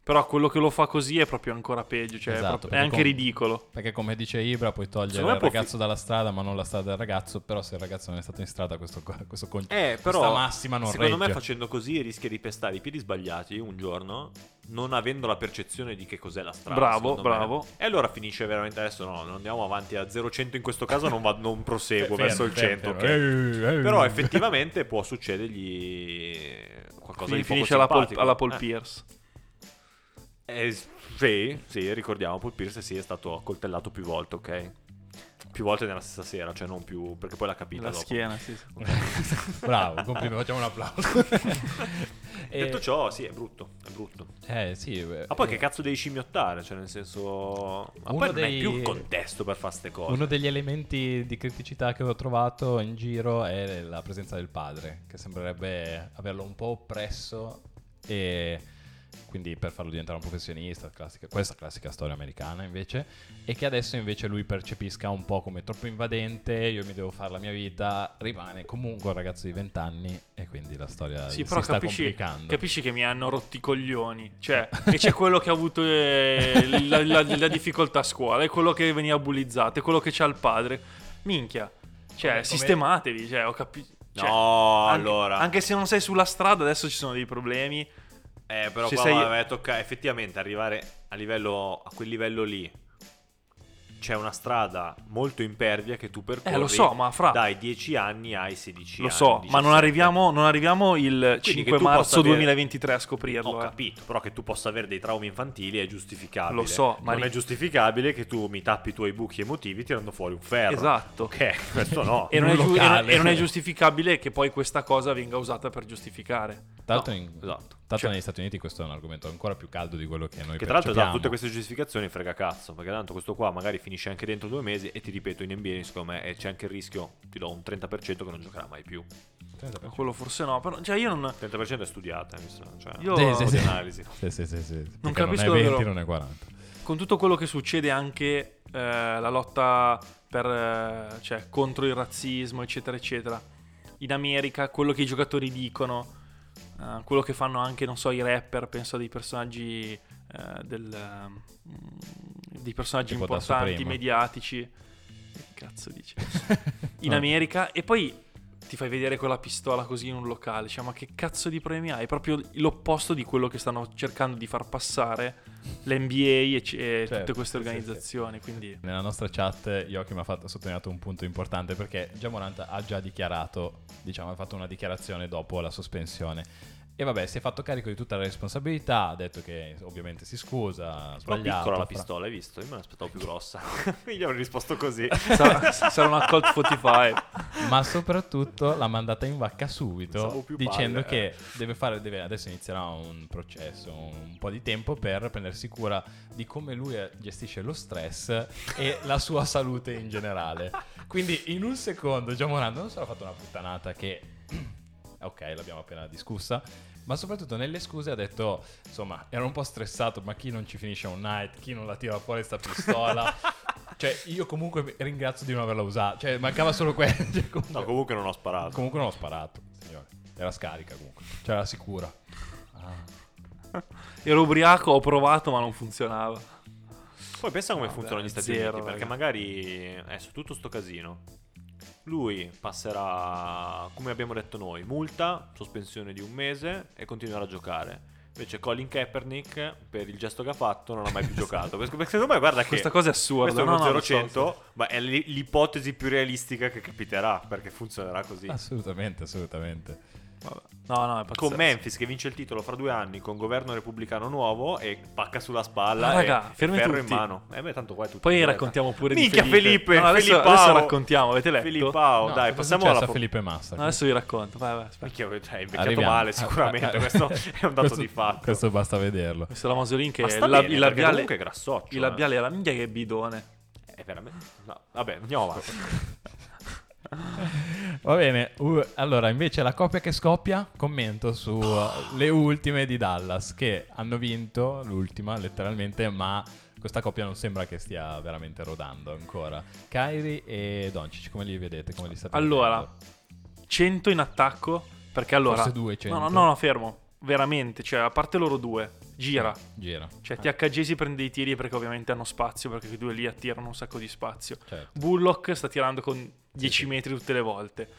C: Però quello che lo fa così è proprio ancora peggio. Cioè, è
A: Esatto,
C: proprio- è,
A: perché
C: anche
A: con-
C: ridicolo.
A: Perché come dice Ibra puoi togliere
B: Secondo me
A: il
B: può fi-
A: ragazzo dalla strada ma non la strada del ragazzo, però se il ragazzo non è stato in strada questo, co- questo con-
B: Eh, però
A: questa massima non
B: secondo me
A: regge.
B: facendo così rischia di pestare i piedi sbagliati un giorno, non avendo la percezione di che cos'è la strada.
C: Bravo,
B: secondo me.
C: bravo.
B: E allora finisce veramente adesso no, non andiamo avanti a 0-100 in questo caso, non, va- non proseguo
A: Fermo,
B: verso il
A: fermo,
B: 100, ok?
A: fermo. Eh, eh.
B: Però effettivamente può succedergli qualcosa
C: Quindi
B: di poco
C: finisce alla Paul,
B: simpatico.
C: alla Paul
B: Eh,
C: Pierce.
B: eh, sì, sì, ricordiamo, Paul Pierce sì, è stato coltellato più volte, ok? Più volte nella stessa sera, cioè non più, perché poi l'ha capita
C: La
B: dopo.
C: schiena, sì. sì.
A: Bravo, complimenti, facciamo un applauso. E-
C: Eh,
B: Detto ciò, sì, è brutto, è brutto.
A: eh, sì, beh,
B: Ma poi che cazzo devi scimmiottare? Cioè, nel senso. Ma
A: Uno
B: poi non
A: dei-
B: è più il contesto per fare ste cose.
A: Uno degli elementi di criticità che ho trovato in giro è la presenza del padre, che sembrerebbe averlo un po' oppresso e quindi per farlo diventare un professionista, classica- questa classica storia americana invece, e che adesso invece lui percepisca un po' come troppo invadente, io mi devo fare la mia vita, rimane comunque un ragazzo di 20 anni e quindi la storia si
C: Sì, però
A: sta
C: capisci,
A: complicando.
C: capisci che mi hanno rotti i coglioni. Cioè, e c'è quello che ha avuto eh, la, la- la difficoltà a scuola, e quello che veniva bullizzato, e quello che c'ha il padre. Minchia. Cioè,
A: Come- come-
C: sistematevi. Cioè, ho capito. cioè,
B: no,
C: anche-
B: allora.
C: Anche se non sei sulla strada, adesso ci sono dei problemi.
B: Eh, però
C: se
B: qua
C: sei-
B: vabbè, tocca effettivamente arrivare a livello. a quel livello lì. C'è una strada molto impervia che tu percorri.
C: Eh, lo so, ma fra-
B: Dai 10 anni ai 16
C: Lo
B: anni.
C: so, ma
B: 17.
C: non arriviamo, non arriviamo il
B: Quindi che
C: 5
B: tu
C: marzo
B: possa avere-
C: 2023 a scoprirlo.
B: Ho
C: eh.
B: capito, però che tu possa avere dei traumi infantili è giustificabile.
C: Lo so, ma
B: non
C: ri-
B: è giustificabile che tu mi tappi i tuoi buchi emotivi tirando fuori un ferro.
C: Esatto.
B: Ok, questo no.
C: E non, è
A: In un
C: giu- e non-
A: locale,
C: e non è
A: sì.
C: giustificabile che poi questa cosa venga usata per giustificare.
A: Tra l'altro
B: No,
A: in-
B: esatto.
A: tra l'altro
B: Cioè-
A: negli Stati Uniti questo è un argomento ancora più caldo di quello che noi
B: Che tra l'altro esatto,
A: percepiamo.
B: tutte queste giustificazioni frega cazzo, perché tanto questo qua magari finisce anche dentro due mesi e ti ripeto in NBA secondo me e c'è anche il rischio, ti do un 30% che non giocherà mai più.
C: Ma quello forse no, però cioè io non,
B: 30% è studiata, mi sa, cioè,
C: Io-
B: un
A: Sì,
B: po'
A: sì,
B: di
A: sì.
B: analisi.
A: Sì, sì, sì, sì.
C: Non
A: Perché
C: capisco
A: non è 20,
C: davvero.
A: non è 40.
C: con tutto quello che succede anche eh, la lotta per, eh, cioè, contro il razzismo, eccetera, eccetera. In America, quello che i giocatori dicono, eh, quello che fanno anche, non so, i rapper, penso a dei personaggi eh, del, mm, dei personaggi
A: Tipo Dasso
C: importanti,
A: Primo.
C: mediatici. Che cazzo dici? In
B: Eh.
A: No.
C: America, e poi ti fai vedere con la pistola così in un locale, cioè, ma che cazzo di premi hai? È proprio l'opposto di quello che stanno cercando di far passare l'NBA e, c- e
A: Certo,
C: tutte queste
A: sì, sì,
C: organizzazioni. Quindi,
A: Nella nostra chat Joachim ha, fatto, ha sottolineato un punto importante perché Giamoranta ha già dichiarato, diciamo, ha fatto una dichiarazione dopo la sospensione E vabbè, si è fatto carico di tutta la responsabilità, ha detto che ovviamente si scusa, ha
B: Però
A: sbagliato.
B: piccola la
A: fra-
B: pistola, hai visto? Io me l'aspettavo più grossa. Io gli avrei risposto così.
C: Sarà, sarà una Colt 45.
A: ma soprattutto l'ha mandata in vacca
B: Pensavo
A: subito
B: più
A: dicendo
B: palle, eh.
A: che deve fare, deve- adesso inizierà un processo, un po' di tempo per prendersi cura di come lui eh, gestisce lo stress e la sua salute in generale. Quindi in un secondo Gian Morando non solo ha fatto una puttanata che, ok, l'abbiamo appena discussa, ma soprattutto nelle scuse ha detto, insomma, ero un po' stressato, ma chi non ci finisce un night, chi non la tira fuori sta pistola... Cioè, io comunque ringrazio di non averla usata. Cioè, mancava solo quello. Cioè, comunque-
B: No, comunque non ho sparato.
A: Comunque non ho sparato, signore. Era scarica comunque. Cioè era sicura.
B: Ah,
C: Ero ubriaco, ho provato, ma non funzionava.
B: Poi pensa come
C: No,
B: funzionano
C: Ah, beh,
B: gli Stati
C: zero,
B: Uniti, perché
C: raga.
B: magari eh, su tutto sto casino lui passerà, come abbiamo detto noi, multa, sospensione di un mese e continuerà a giocare. Invece Colin Kaepernick, per il gesto che ha fatto, non ha mai più giocato. Perché perché secondo me, guarda che...
C: Questa cosa è assurda.
B: Questo è
C: no,
B: uno
C: no, lo so,
B: 0-100, ma è l'i- l'ipotesi più realistica che capiterà, perché funzionerà così.
A: Ah, Assolutamente, assolutamente.
C: Vabbè. No, no, è Ah, pazzesco.
B: Con Memphis che vince il titolo fra due anni con governo repubblicano nuovo e pacca sulla spalla
C: Ma
B: e
C: Ah, raga, fermi
B: ferro in
C: tutti.
B: mano. Eh beh, tanto qua è tutto
C: Poi
B: diverso.
C: raccontiamo pure
B: Minchia,
C: di
B: Felipe,
C: No, adesso,
B: Filippao.
C: adesso raccontiamo, avete letto?
B: Filippao,
A: No, cosa
B: dai,
A: è
B: passiamo
A: successo
B: alla
A: a Felipe Massa.
C: No, adesso vi racconto. Vai, vai, aspetta.
B: Minchia, cioè, è invecchiato
A: Arriviamo. Ah,
B: male
A: ah,
B: sicuramente,
A: ah.
B: questo è un dato
A: Questo-
B: di fatto. Eh,
A: Questo basta vederlo.
C: Questo è la Masolin che
B: Ma sta
C: il lab-
B: bene,
C: il
B: perché
C: labiale
B: comunque è grassoccio,
C: Il
B: eh.
C: labiale era minchia che bidone.
B: È eh, veramente no, vabbè, andiamo avanti.
A: Va bene. uh, allora, invece la coppia che scoppia, commento sulle ultime di Dallas che hanno vinto l'ultima letteralmente, ma questa coppia non sembra che stia veramente rodando ancora. Kyrie e Doncic, come li vedete? Come li state
C: Allora,
A: vedendo?
C: 100 in attacco perché allora
A: Forse 200.
C: No, no, no, no, fermo. Veramente, cioè a parte loro due, gira.
A: gira.
C: Cioè THG si prende i tiri perché ovviamente hanno spazio perché quei due lì attirano un sacco di spazio.
A: Certo.
C: Bullock sta tirando con 10
A: sì.
C: metri tutte le volte.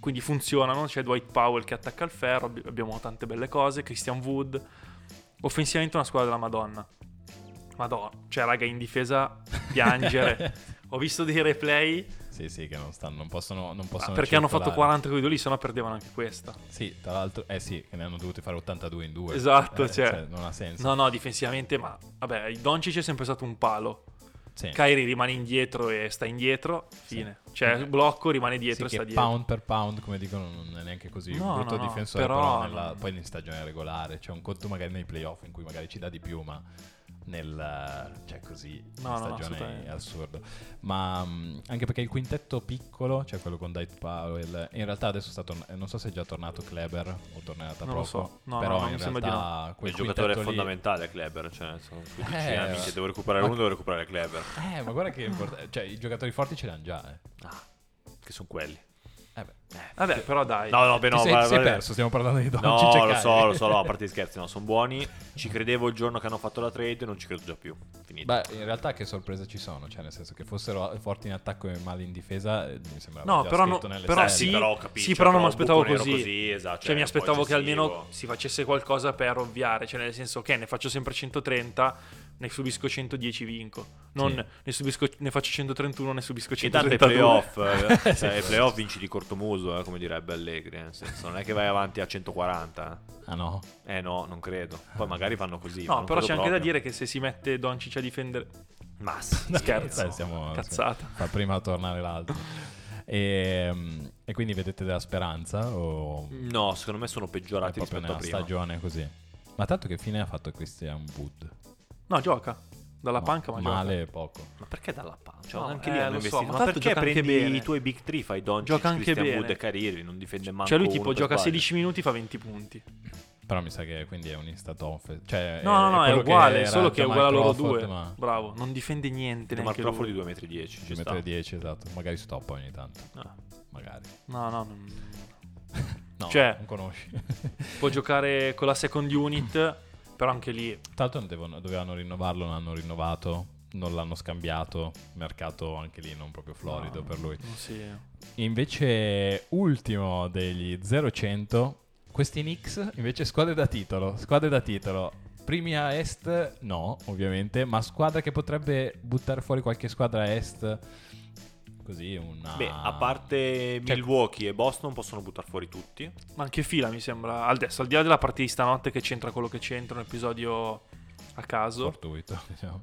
C: Quindi funzionano. C'è Dwight Powell che attacca il ferro. abbi- Abbiamo tante belle cose. Christian Wood. Offensivamente una squadra della Madonna. Madonna. Cioè, raga, in difesa piangere. Ho visto dei replay
A: Sì, sì, che non stanno, non possono, non
C: ah,
A: possono
C: perché hanno fatto
A: circolare.
C: 40 quei due lì, sennò perdevano anche questa.
A: Sì, tra l'altro, eh sì, che ne hanno dovuti fare 82 in due.
C: Esatto,
A: Eh,
C: cioè.
A: Non ha senso.
C: No, no, difensivamente, ma vabbè, il Doncic è sempre stato un palo.
A: Sì.
C: Kyrie rimane indietro e sta indietro, fine. Cioè, blocco rimane dietro
A: Eh. Sì,
C: e sta
A: che
C: dietro.
A: pound per pound, come dicono, non è neanche così un
C: No,
A: brutto
C: no, no,
A: difensore,
C: però
A: però, nella-
C: non-
A: poi in stagione regolare, cioè un conto magari nei playoff in cui magari ci dà di più, ma nel cioè così
C: No,
A: in
C: no, no,
A: stagione
C: assolutamente.
A: è assurdo. Ma mh, anche perché il quintetto piccolo, cioè quello con Dwight Powell, in realtà adesso sta torn- non so se è già tornato Kleber o tornerà da
C: Non
A: poco,
C: lo so. No,
A: però
C: no, no,
A: in
C: mi sembra di
A: realtà quel
B: Il giocatore è
A: quintetto lì-
B: fondamentale Kleber, cioè sono 15
A: Eh,
B: anni, se devo recuperare
A: ma-
B: uno devo recuperare Kleber.
A: Eh, ma guarda che importante. Cioè, i giocatori forti ce li hanno già. Eh.
B: Ah, che sono quelli.
A: Eh beh.
C: Vabbè, però dai.
B: No, Eh no, beh,
A: Eh, Ti
B: no,
A: sei,
B: va-
A: ti sei
B: va-
A: perso, stiamo parlando di Doncic e
B: No, lo
A: Kyrie.
B: so, lo so, no, a parte gli scherzi, no, sono buoni. Ci credevo il giorno che hanno fatto la trade, non ci credo già più. Finito.
A: Beh, in realtà che sorprese ci sono, cioè nel senso che fossero forti in attacco e mali in difesa, eh, mi sembrava
C: No,
A: già
C: però, no,
A: scritto nelle
C: però
A: stelle.
C: sì,
B: Sì, però ho capito,
C: sì,
B: cioè,
C: però non mi
B: però
C: aspettavo
B: un buco
C: così.
B: nero così, esatto,
C: cioè,
B: cioè,
C: mi
B: un
C: aspettavo
B: po'
C: che almeno
B: eccessivo.
C: si facesse qualcosa per ovviare. Cioè, nel senso, ok, ne faccio sempre 130, ne subisco 110, vinco. Non
A: Sì.
C: ne, subisco, ne faccio 131, ne subisco
B: Che tanto i
C: 132.
B: playoff, eh, cioè, i playoff vinci di cortomuso, eh, come direbbe Allegri. eh, Nel senso, non è che vai avanti a 140.
A: Ah no,
B: Eh no, non credo. Poi magari fanno così. ma
C: No,
B: non
C: però c'è
B: credo
C: anche da
B: proprio.
C: dire che se si mette Doncic a difendere...
B: Ma sì,
C: Scherzo.
A: Dai, siamo-
C: Cazzata.
A: fa prima a tornare l'altro. E, mm, e quindi vedete della speranza
C: Mm.
A: o è
B: No, secondo me sono peggiorati
A: proprio
B: rispetto a
A: nella
B: prima.
A: stagione così? Ma tanto che fine ha fatto Christian Wood?
C: No, gioca. Dalla panca, ma gioca.
A: male poco.
B: Ma perché dalla panca? Cioè,
C: No,
B: anche
C: eh,
B: lì
C: lo
B: hanno
C: so,
B: investito.
C: ma
B: ma
C: tanto
B: perché
C: gioca anche
B: prendi
C: bene.
B: i tuoi big three, fai Doncic,
C: Gioca anche
B: Christian
C: bene.
B: Wood e Cariri, non difende manco
C: Cioè lui
B: uno
C: tipo
B: per
C: gioca
B: sbaglio.
C: 16 minuti fa 20 punti.
A: Però mi sa che quindi è un instant off. Cioè,
C: No, no, no, è
A: quello che
C: uguale,
A: era
C: solo che è
A: Jamal
C: uguale a loro
A: Crawford,
C: due.
A: Ma...
C: Bravo, non difende niente
B: Jamal
C: neanche
B: Crawford
C: lui.
B: di 2,10 m. Ci sta.
A: 1,10 m, esatto. Magari stoppa ogni tanto.
B: Ah.
A: Magari.
C: No, no, non-
A: No,
C: Cioè-
A: non conosci.
C: può giocare con la second unit, però anche lì
A: Tanto non devono- dovevano rinnovarlo, non hanno rinnovato, non l'hanno scambiato, mercato anche lì non proprio florido
C: No.
A: per lui.
C: non si-
A: Invece ultimo degli 0-100, questi Knicks invece squadre da titolo, squadre da titolo. Primi a est no, ovviamente, ma squadra che potrebbe buttare fuori qualche squadra a est Così una...
B: Beh, a parte
A: Cioè-
B: Milwaukee e Boston possono buttare fuori tutti.
C: Ma anche fila mi sembra. Adesso, al di là della partita di stanotte che c'entra quello che c'entra, un episodio a caso.
A: Fortuito, diciamo.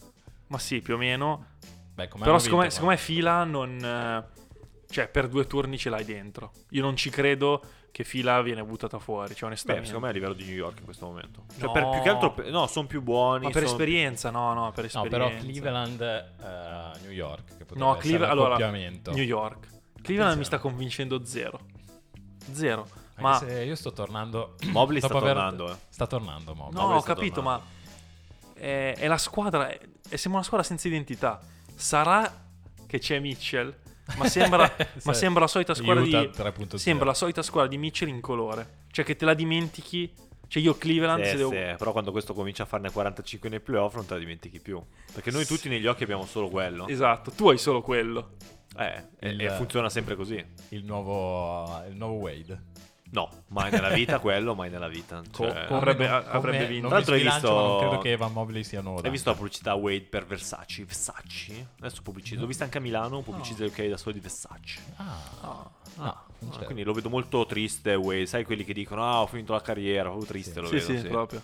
C: Ma sì, più o meno.
A: Beh, come
C: Però
A: hanno
C: siccome,
A: vinto,
C: siccome fila non... eh, Cioè, per due turni ce l'hai dentro. Io non ci credo che fila viene buttata fuori, cioè
B: Beh,
C: onestamente.
B: secondo me è a livello di New York in questo momento. Cioè,
C: No.
B: per più che altro. per- No, sono più buoni.
C: Ma per
B: son-
C: esperienza, no, no, per
A: No,
C: esperienza.
A: però Cleveland, eh, New York, che potrebbe
C: No,
A: essere
C: Cleveland, allora,
A: l'accoppiamento.
C: New York. Cleveland mi
A: Attenzione.
C: sta convincendo zero. Zero.
A: Anche
C: Ma
A: se io sto tornando...
B: Mobley
A: dopo
B: sta
A: aver-
B: tornando, eh.
A: Sta tornando Mobley.
C: No,
B: Ma
C: ho
B: questo
C: capito, ma
B: tornando.
C: è, è la squadra. È, è- sembra una squadra senza identità. Sarà che c'è Mitchell, ma sembra, ma
A: Sì.
C: sembra la solita squadra
A: Utah
C: di.
A: 3.0.
C: Sembra la solita squadra di Mitchell in colore. Cioè, che te la dimentichi. Cioè, io Cleveland,
B: Eh,
C: se devo.
B: sì, però quando questo comincia a farne 45 nei playoff non te la dimentichi più. Perché noi tutti negli occhi abbiamo solo quello.
C: Esatto, tu hai solo quello.
B: Eh, e-
A: Il-
B: e funziona sempre così.
A: Il nuovo, il nuovo Wade.
B: No, mai nella vita quello, mai nella vita. Cioè,
C: co- Avrebbe- avrebbe
A: come-
C: vinto.
B: Tra
A: Non mi
B: l'altro hai
A: sbilancio,
B: visto-
A: ma non credo che Evan Mobley sia nuovo.
B: Hai visto la pubblicità Wade per Versace? Versace? Adesso pubblicizzo. L'ho vista anche a Milano, pubblicizza ok da solo di Versace.
A: Ah, no, non
B: Ah,
C: Certo.
A: c'era.
B: Quindi lo vedo molto triste, Wade. Sai quelli che dicono, ah, ho finito la carriera, proprio triste lo
C: sì,
B: vedo.
C: sì, proprio.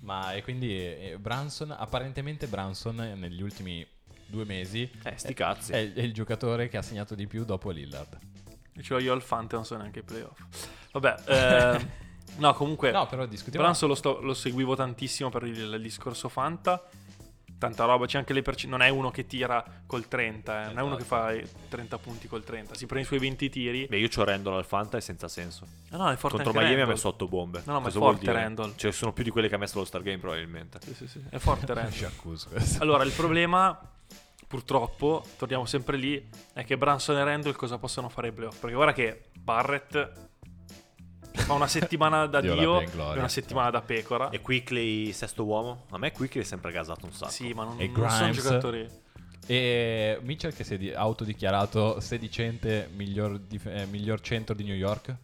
A: Ma e quindi eh, Branson, apparentemente Branson eh, negli ultimi due mesi
B: Eh, sti cazzi.
A: è, è il giocatore che ha segnato di più dopo Lillard.
C: Ce l'ho io al Fante, non so neanche i playoff. Vabbè, eh, no, comunque.
A: No, però discutiamo.
C: Branson lo, sto- lo seguivo tantissimo per il, il discorso Fanta. Tanta roba, c'è anche le perce- Non è uno che tira col 30, eh, non è uno che fa i
B: Esatto.
C: 30 punti col 30. Si prende i suoi 20 tiri.
B: Beh, io c'ho Randall al Fanta e senza senso.
C: No, no, è forte
B: Contro
C: anche
B: Miami ha
C: Randall.
B: messo 8 bombe.
C: No, no, ma è
B: Cosa vuol
C: forte
B: dire?
C: Randall.
B: Cioè, sono più di quelle che ha messo lo Star Game, probabilmente.
C: Sì, sì, sì, è forte eh. Randall.
A: Sciaccuso
B: Esatto.
A: questo.
C: Allora, il problema, purtroppo, torniamo sempre lì, è che Branson e Randall cosa possono fare ai playoff? Perché guarda che Barrett fa una settimana da
A: Dio la
C: Dio e
A: bengloria.
C: una settimana da pecora.
B: E Quickly, sesto uomo? A me Quickly è sempre gasato un sacco.
C: Sì, ma non,
A: E
C: non sono
A: Grimes.
C: giocatori...
A: E Mitchell che si è di- autodichiarato sedicente miglior, dif- eh, miglior centro di New York.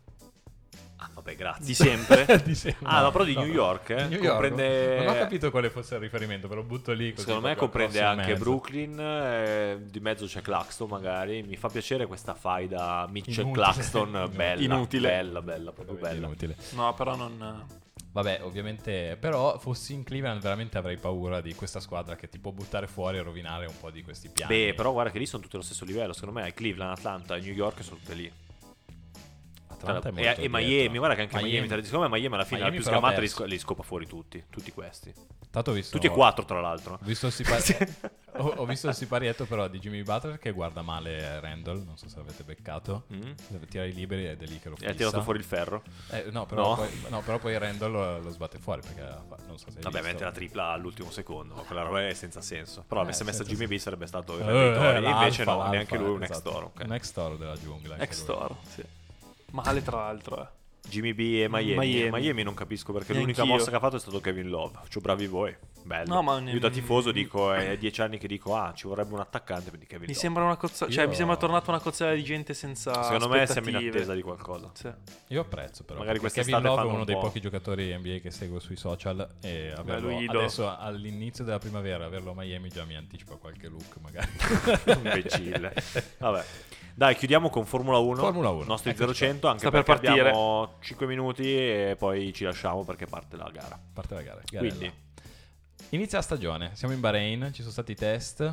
B: Ah, vabbè, grazie.
C: Di sempre?
A: Di sempre.
B: Ah, no, però di
A: No,
B: New
A: no.
B: York, eh.
A: New York.
B: Comprende-
A: Non ho capito quale fosse il riferimento, ve lo butto lì. così
B: Secondo me
A: proprio
B: comprende
A: grosso in
B: anche
A: mezzo.
B: Brooklyn, eh, di mezzo c'è Claxton magari, mi fa piacere questa faida Mitchell
A: Inutile.
B: Claxton, bella,
C: Inutile.
B: bella, bella, proprio bella.
A: Inutile.
C: No, però non...
A: Vabbè, ovviamente, però fossi in Cleveland veramente avrei paura di questa squadra che ti può buttare fuori e rovinare un po' di questi piani.
B: Beh, però guarda che lì sono tutti allo stesso livello, secondo me Cleveland, Atlanta e New York sono tutte lì.
A: Atlanta è
B: E-
A: molto
B: e,
A: dietro.
B: Miami, guarda che anche Miami, tra- secondo me Miami alla fine è la
A: Miami
B: più
A: però ha
B: sgamata, li,
A: perso.
B: sc- li scopa fuori tutti, tutti questi.
A: Tanto ho visto,
B: Tutti e quattro tra l'altro.
A: Ho visto, eh, il sipar- ho, ho visto il siparietto però di Jimmy Butler che guarda male Randall, non so se l'avete beccato.
B: Mm.
A: Tira i liberi ed è lì che lo
B: E
A: fissa.
B: ha tirato fuori il ferro.
A: Eh, no, però
B: No.
A: Poi, no, però poi Randall lo, lo sbatte fuori perché fa- non so se hai
B: Vabbè,
A: visto.
B: mette la tripla all'ultimo secondo, ma quella roba è senza senso. Però
A: Eh,
B: avesse messa
A: senza
B: Jimmy B sarebbe stato il
A: Eh,
B: re dei
A: eh,
B: tori,
A: l'alfa,
B: invece no,
A: l'alfa,
B: neanche lui un
A: esatto.
B: ex toro. ok.
A: Un ex toro della giungla. anche
C: Ex
A: lui.
C: Toro, sì. Male tra l'altro, eh.
B: Jimmy B e Miami.
C: Miami.
B: Miami, non capisco perché l'unica
C: Neanch'io.
B: mossa che ha fatto è stato Kevin Love. Ciao bravi voi. Bello.
C: No, ma ne-
B: Io da tifoso dico, è dieci anni che dico, ah, ci vorrebbe un attaccante per di Kevin
C: Mi
B: Love.
C: sembra una cozza... Cioè,
A: Io-
C: mi sembra tornata una cozzella di gente senza
B: Secondo me siamo in
C: aspettative.
B: attesa di qualcosa.
C: Sì.
A: Io apprezzo però.
B: Magari
A: perché
B: quest'estate
A: Kevin Love è
B: fanno
A: uno
B: un
A: dei
B: po'.
A: pochi giocatori NBA che seguo sui social e averlo
C: lui idolo.
A: adesso all'inizio della primavera averlo a Miami già mi anticipa qualche look magari.
B: Un imbecille. Vabbè. Dai, chiudiamo con Formula 1.
A: Formula 1.
B: Nostri
A: Eccoci
B: 0-100, anche
C: Sta per
B: perché
C: partire.
B: abbiamo 5 minuti e poi ci lasciamo perché parte la gara.
A: Parte la gara. Garella.
B: Quindi,
A: Inizia la stagione, siamo in Bahrain, ci sono stati i test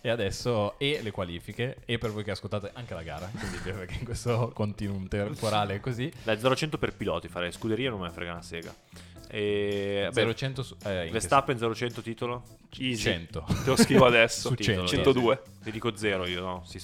A: e adesso e le qualifiche e per voi che ascoltate anche la gara, quindi perché in questo continuum temporale è così.
B: dai, 0-100 per piloti, fare scuderia non me ne frega una sega. E, vabbè,
A: 0-100 su, eh, in che
B: Verstappen 0-100 titolo?
C: Easy.
A: 100.
C: Te lo scrivo adesso.
A: Su
B: Titolo,
A: 100.
B: sì,
C: 102.
B: sì. Ti dico zero io, no? Si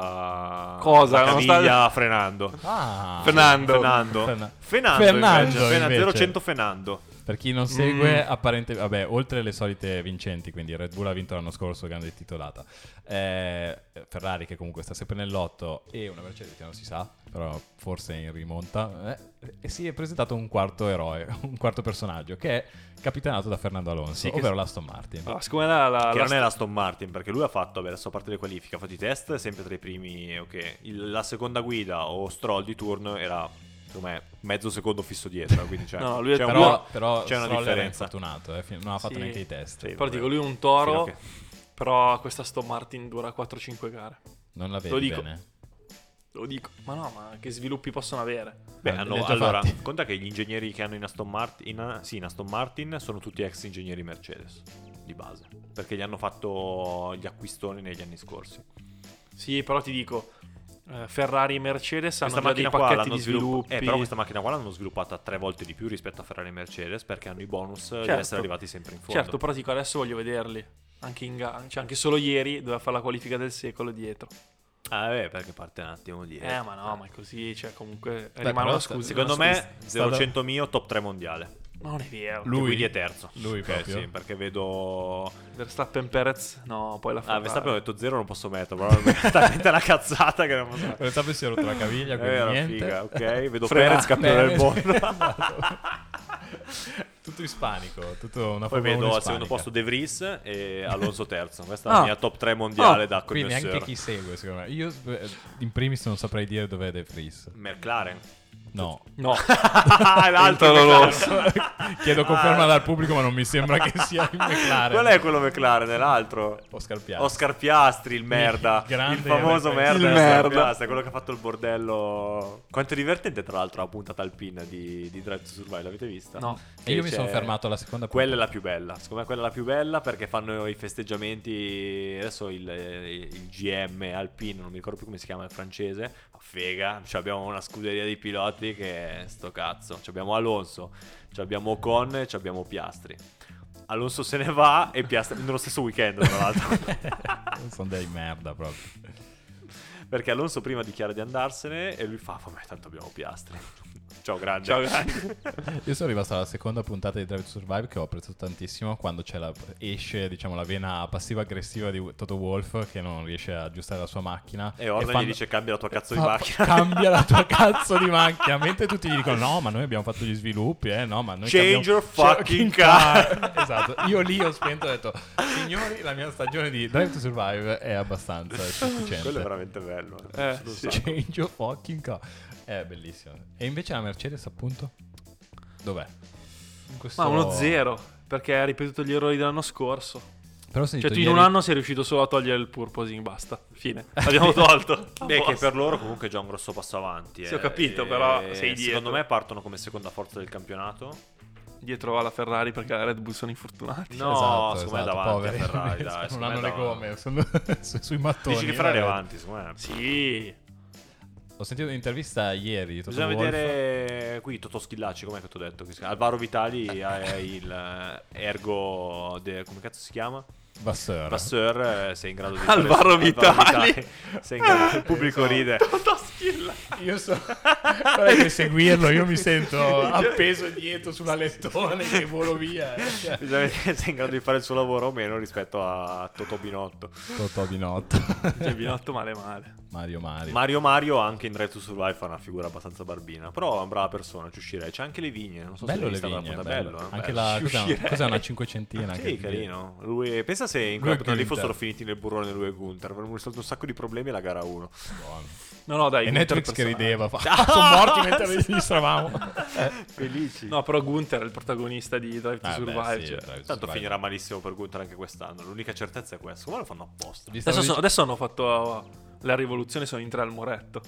B: spacca.
C: Cosa?
B: La
C: Non
B: caviglia
C: sta-
B: frenando.
A: Ah,
C: Fernando.
B: Fernando.
A: Ferna-
B: Fenando.
A: Fernando,
B: invece. Fena-
A: invece.
B: 0-100 Fenando.
A: Per chi non segue, apparentemente, vabbè, oltre le solite vincenti, quindi Red Bull ha vinto l'anno scorso, grande titolata, eh, Ferrari che comunque sta sempre nell'otto e una Mercedes che non si sa, però forse in rimonta, eh, e si è presentato un quarto eroe, un quarto personaggio, che è capitanato da Fernando Alonso,
C: Sì, che-
A: ovvero l'Aston Martin.
C: Ah, siccome la, la,
B: Che
C: la-
B: non è la Aston Martin, perché lui ha fatto, vabbè, adesso a parte le qualifiche, ha fatto i test, sempre tra i primi, ok. Il- la seconda guida o Stroll di turno era, secondo me, mezzo secondo fisso dietro. Quindi cioè,
C: No, lui è-
B: c'è, un
A: Però,
B: po'-
A: però
B: c'è una
A: Stroll era
B: differenza.
A: infortunato, eh, fi- non ha fatto
C: Sì.
A: neanche i test.
B: Sì,
C: Però
B: vabbè.
C: dico, lui è un toro
B: Fino a che-
C: Però questa sto Martin dura 4-5 gare.
A: Non la vedi
C: Lo dico.
A: bene.
C: Lo dico. Ma no, ma che sviluppi possono avere?
B: Beh,
A: Ah,
B: hanno-
A: li ha già
B: allora,
A: fatti.
B: conta che gli ingegneri che hanno in Aston, Martin, in- sì, in Aston Martin sono tutti ex ingegneri Mercedes, di base, perché gli hanno fatto gli acquistoni negli anni scorsi.
C: Sì, però ti dico, eh, Ferrari e Mercedes hanno
B: Questa
C: già dei
B: macchina qua
C: pacchetti
B: l'hanno
C: di sviluppi.
B: sviluppa- eh, però questa macchina qua l'hanno sviluppata tre volte di più rispetto a Ferrari e Mercedes perché hanno i bonus di
C: Certo.
B: essere arrivati sempre in fondo.
C: Certo, però dico, adesso voglio vederli. Anche in gara. Cioè, anche solo ieri doveva fare la qualifica del secolo dietro.
B: Ah, beh, perché parte un attimo dietro.
C: Eh, ma no, ma è così, cioè, comunque
A: Beh,
C: rimane
A: però
C: una
A: sta-
C: scusa.
B: Secondo
C: una
B: me
C: scusa.
B: 0-100 mio top 3 mondiale.
C: Ma non è vero.
A: Lui-
B: Lui quindi è terzo.
A: lui
B: Eh,
A: proprio.
B: sì, perché vedo
C: Verstappen Perez, no, poi la
B: Ah,
C: Ferrari.
B: Verstappen ho detto 0 non posso metterlo, però è talmente una cazzata che non posso.
A: Pensavo che si è rotto la caviglia, quindi
B: Era
A: niente.
B: Eh, figa, ok, vedo
C: Frena.
B: Perez campione del
A: Perez.
B: mondo.
A: tutto ispanico, tutto una
B: Poi
A: Formula
B: vedo
A: 1
B: al secondo
A: ispanica.
B: posto De Vries e Alonso terzo. Questa è
C: Ah.
B: la mia top 3 mondiale
C: Ah.
B: da
A: Quindi anche
B: connessione.
A: chi segue, secondo me. Io eh, in primis non saprei dire dov'è De Vries.
B: McLaren.
A: No.
C: No,
B: Ah, l'altro
C: Toro
B: McLaren.
C: Rosso.
A: Chiedo conferma
B: Ah.
A: dal pubblico, ma non mi sembra che sia il McLaren.
B: Qual è quello McLaren? È l'altro.
A: Oscar Piastri.
B: Oscar Piastri, il merda.
A: Il grande
B: Il famoso
A: Oscar
B: merda.
C: Piastri.
B: di
C: Il
B: Oscar
C: merda.
B: Piastri, quello che ha fatto il bordello. Quanto è divertente, tra l'altro, la puntata alpina di, di Drive to Survive. L'avete vista?
C: No.
B: Che
A: E io mi
B: c'è-
A: sono fermato alla seconda
B: cioè, Quella è
A: puntata.
B: la più bella. Secondo me quella è la più bella perché fanno i festeggiamenti. Adesso il, eh, il GM Alpine, non mi ricordo più come si chiama il francese. Ma fega, cioè abbiamo una scuderia di piloti che è sto cazzo. Ci abbiamo Alonso, ci abbiamo Ocon e ci abbiamo Piastri. Alonso se ne va e Piastri nello stesso weekend, tra l'altro.
A: Sono dei merda proprio.
B: perché Alonso prima dichiara di andarsene e lui fa: Vabbè, tanto abbiamo Piastri. Ciao, grande.
C: Ciao, grande.
A: Io sono rimasto alla seconda puntata di Drive to Survive che ho apprezzato tantissimo quando c'è la, esce diciamo, la vena passiva-aggressiva di Toto Wolf che non riesce a aggiustare la sua macchina.
B: E Orlan
A: fanno-
B: gli dice: Cambia la tua cazzo di
A: Fa-
B: macchina.
A: Cambia la tua cazzo di macchina. Mentre tutti gli dicono: No, ma noi abbiamo fatto gli sviluppi, eh. No, ma noi
B: Change
A: cambiamo-
B: your fucking car."
A: esatto. Io lì ho spento e ho detto: Signori, la mia stagione di Drive to Survive è abbastanza sufficiente.
B: Quello è veramente bello.
C: Eh,
B: Sono un
C: sì.
B: sacco.
A: Change your fucking car. È bellissimo. E invece la Mercedes, appunto, dov'è? In questo-
C: ma uno zero, perché ha ripetuto gli errori dell'anno scorso.
A: Però ho sentito
C: Cioè, tu in
A: ieri-
C: un anno sei riuscito solo a togliere il purposing, basta. Fine. L'abbiamo tolto.
B: Beh, che
C: Basta.
B: per loro comunque è già un grosso passo avanti.
C: Sì,
B: eh.
C: ho capito,
B: E
C: però sei dietro.
B: Secondo me partono come seconda forza del campionato.
C: Dietro alla Ferrari perché la Red Bull sono infortunati.
B: No,
A: Esatto,
B: secondo me è
A: esatto,
B: davanti
A: poveri.
B: a Ferrari. Dai,
A: non
B: secondo me
A: hanno
B: è
A: le
B: davanti.
A: gomme, sono su- sui mattoni.
B: Dici che Ferrari è
A: vabbè.
B: avanti, secondo me.
C: Sì.
A: Ho sentito un'intervista ieri. di Toto
B: Bisogna
A: Wolff.
B: vedere qui Toto Schillacci, com'è che ti ho detto? che si chiama? Alvaro Vitali è il eh, ergo, de- come cazzo si chiama?
A: Vasseur.
B: Passeur, eh, sei in grado di...
C: Alvaro Vitali.
B: Sei in grado, il pubblico
A: Esatto.
B: ride.
A: Io so. Guarda che seguirlo, io mi sento appeso dietro sulla lettone che volo via. eh. Cioè,
B: Bisogna vedere se sei in grado di fare il suo lavoro o meno rispetto a Toto Binotto.
A: Totò di notte.
C: Cioè, Binotto male male.
A: Mario Mario.
B: Mario Mario anche in Drive to Survive fa una figura abbastanza barbina, però è una brava persona, ci uscirei. C'è anche le vigne, non so
A: bello le
B: se l'hai vista la
A: vigne,
B: foto,
A: bello.
B: è bello. eh,
A: Anche
B: bello.
A: la
B: Ci
A: cos'è,
B: uscirei.
A: cos'è una cinquecentina anche
B: Ah, Sì,
A: lì.
B: carino. Lui- Pensa se in
A: Lui e
B: quella puntata lì
A: Gunther.
B: fossero finiti nel burrone lui e Gunther, avremmo risolto un sacco di problemi alla gara 1.
A: Buono.
C: No, no, dai.
A: E
C: Gunther
A: Netflix che
C: personale.
A: rideva, fa, "Ah, sono morti mentre li registravamo.
B: Felici.
C: No, però Gunther è il protagonista di Drive to
A: Ah, beh,
C: Survive.
A: sì,
C: cioè.
A: Drive to
B: Tanto
A: Survive.
B: finirà malissimo per Gunther anche quest'anno. L'unica certezza è questa. Ma lo fanno apposta.
A: Vi stavo
C: Adesso, sono-
A: dic-
C: adesso hanno fatto uh, la rivoluzione, sono in tre al muretto.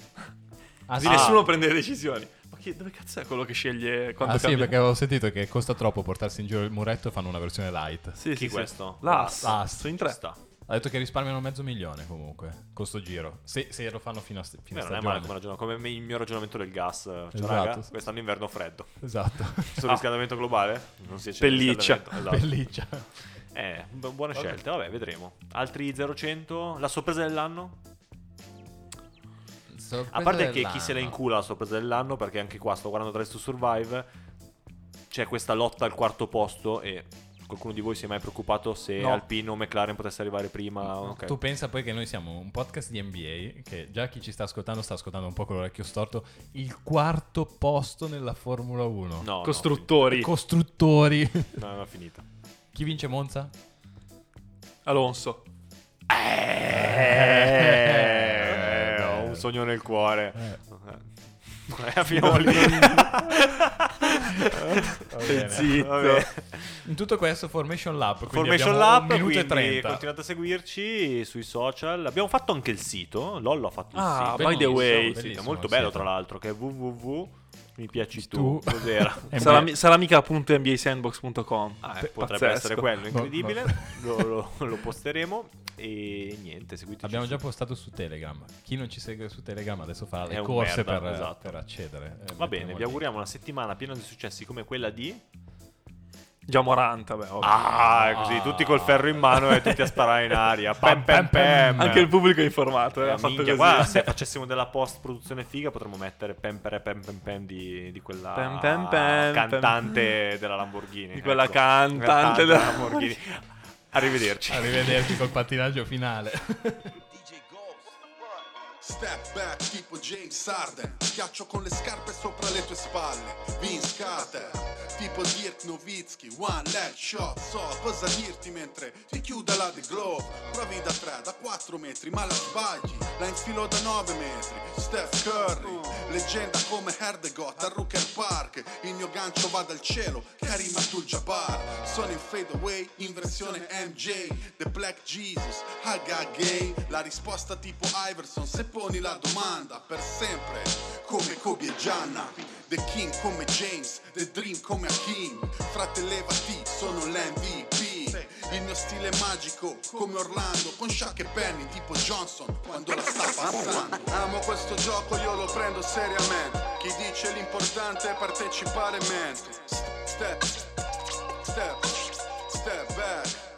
A: Ah,
C: Così
A: sì?
C: nessuno prende le decisioni. Ma chi- dove cazzo è quello che sceglie quando
A: Ah, sì,
C: cambia?
A: perché avevo sentito che costa troppo portarsi in giro il muretto e fanno una versione light.
C: Sì,
B: Chi questo?
C: L'As.
A: L'As.
C: Sono in
B: Ci
C: tre.
B: sta.
A: Ha detto che risparmiano mezzo milione comunque, con sto giro. Se, se lo fanno fino a, st- fino
B: Beh,
A: a
B: non è
A: stagione.
B: male come ragiono, come il mio ragionamento del gas. Cioè,
A: Esatto.
B: raga, quest'anno inverno freddo.
A: Esatto.
B: Sul riscaldamento globale? Non si accende il
C: Pelliccia.
B: riscaldamento, esatto.
A: Pelliccia.
B: Eh, bu- buona
A: Vabbè.
B: scelta, vabbè, vedremo. Altri 0-100? La sorpresa dell'anno? A parte che chi se la incula la sorpresa dell'anno, perché anche qua sto guardando Drive to Survive, c'è questa lotta al quarto posto e qualcuno di voi si è mai preoccupato se
C: No.
B: Alpino o McLaren potesse arrivare prima? Ok.
A: Tu pensa poi che noi siamo un podcast di NBA, che già chi ci sta ascoltando sta ascoltando un po' con l'orecchio storto, il quarto posto nella Formula 1.
B: No, no,
C: Costruttori.
A: Costruttori.
B: fin- No, no, è finita.
A: chi vince Monza?
C: Alonso.
B: Eh,
A: eh,
B: ho un sogno nel cuore.
A: Eh.
B: Eh, finiamo lì.
A: Va bene.
B: Vabbè.
A: In tutto questo, Formation Lab. Quindi
B: Formation
A: abbiamo
B: Lab,
A: un minuto e
B: quindi
A: 30.
B: continuate a seguirci sui social. Abbiamo fatto anche il sito, Lollo ha fatto
C: Ah,
B: il sito.
A: by the
B: Bellissimo,
A: way.
B: il sito,
A: Bellissimo
B: molto
A: il
B: bello
A: sito.
B: tra l'altro, che è www mi piaci tu,
A: Tu.
B: cos'era?
A: Eh,
C: Sarà,
A: ma-
C: mi- sarà mica.nbasandbox.com.
B: Ah,
C: P-
B: eh, potrebbe
C: pazzesco.
B: essere quello,
A: No,
B: incredibile.
A: no.
B: Lo, lo- lo posteremo e niente, seguiteci.
A: Abbiamo
B: su-
A: già postato su Telegram. Chi non ci segue su Telegram adesso fa
B: È
A: le
B: un
A: corse
B: merda,
A: per,
B: esatto.
A: per accedere. Eh,
B: Va
A: metteremo
B: bene, vi
A: lì.
B: auguriamo una settimana piena di successi come quella di
C: Già Moranta, beh, ovvio.
B: Ah, così tutti col ferro in mano e tutti a sparare in aria. Pam pam pam.
C: Anche il pubblico è informato. eh,
B: Eh,
C: ha fatto
B: minchia,
C: così.
B: qua se facessimo della post produzione figa potremmo mettere pem pere pem pem pem di, di quella
C: Pem, pem, pem,
B: cantante della Lamborghini ecco.
C: Di quella cantante della
B: Lamborghini arrivederci
A: Arrivederci col pattinaggio finale.
D: DJ Ghost. Step back tipo James Sarden Schiaccio con le scarpe sopra le tue spalle Vince Carter Tipo Dirk Nowitzki One leg shot So cosa dirti mentre ti chiuda la The Globe Provi da 3, da 4 metri ma la sbagli La infilo da 9 metri Steph Curry Leggenda come Herdegot a Rooker Park Il mio gancio va dal cielo Karim Abdul-Jabbar Sono in fade away in versione MJ The Black Jesus Haga Gay La risposta tipo Iverson se poni la domanda Per sempre come Kobe e Gianna The King come James The Dream come Hakim Fratellevati sono l'MVP il mio stile è magico, come Orlando, con Shaq e Penny, tipo Johnson, quando la sta passando. Amo questo gioco, io lo prendo seriamente. Chi dice l'importante è partecipare mente. Step, step, step back.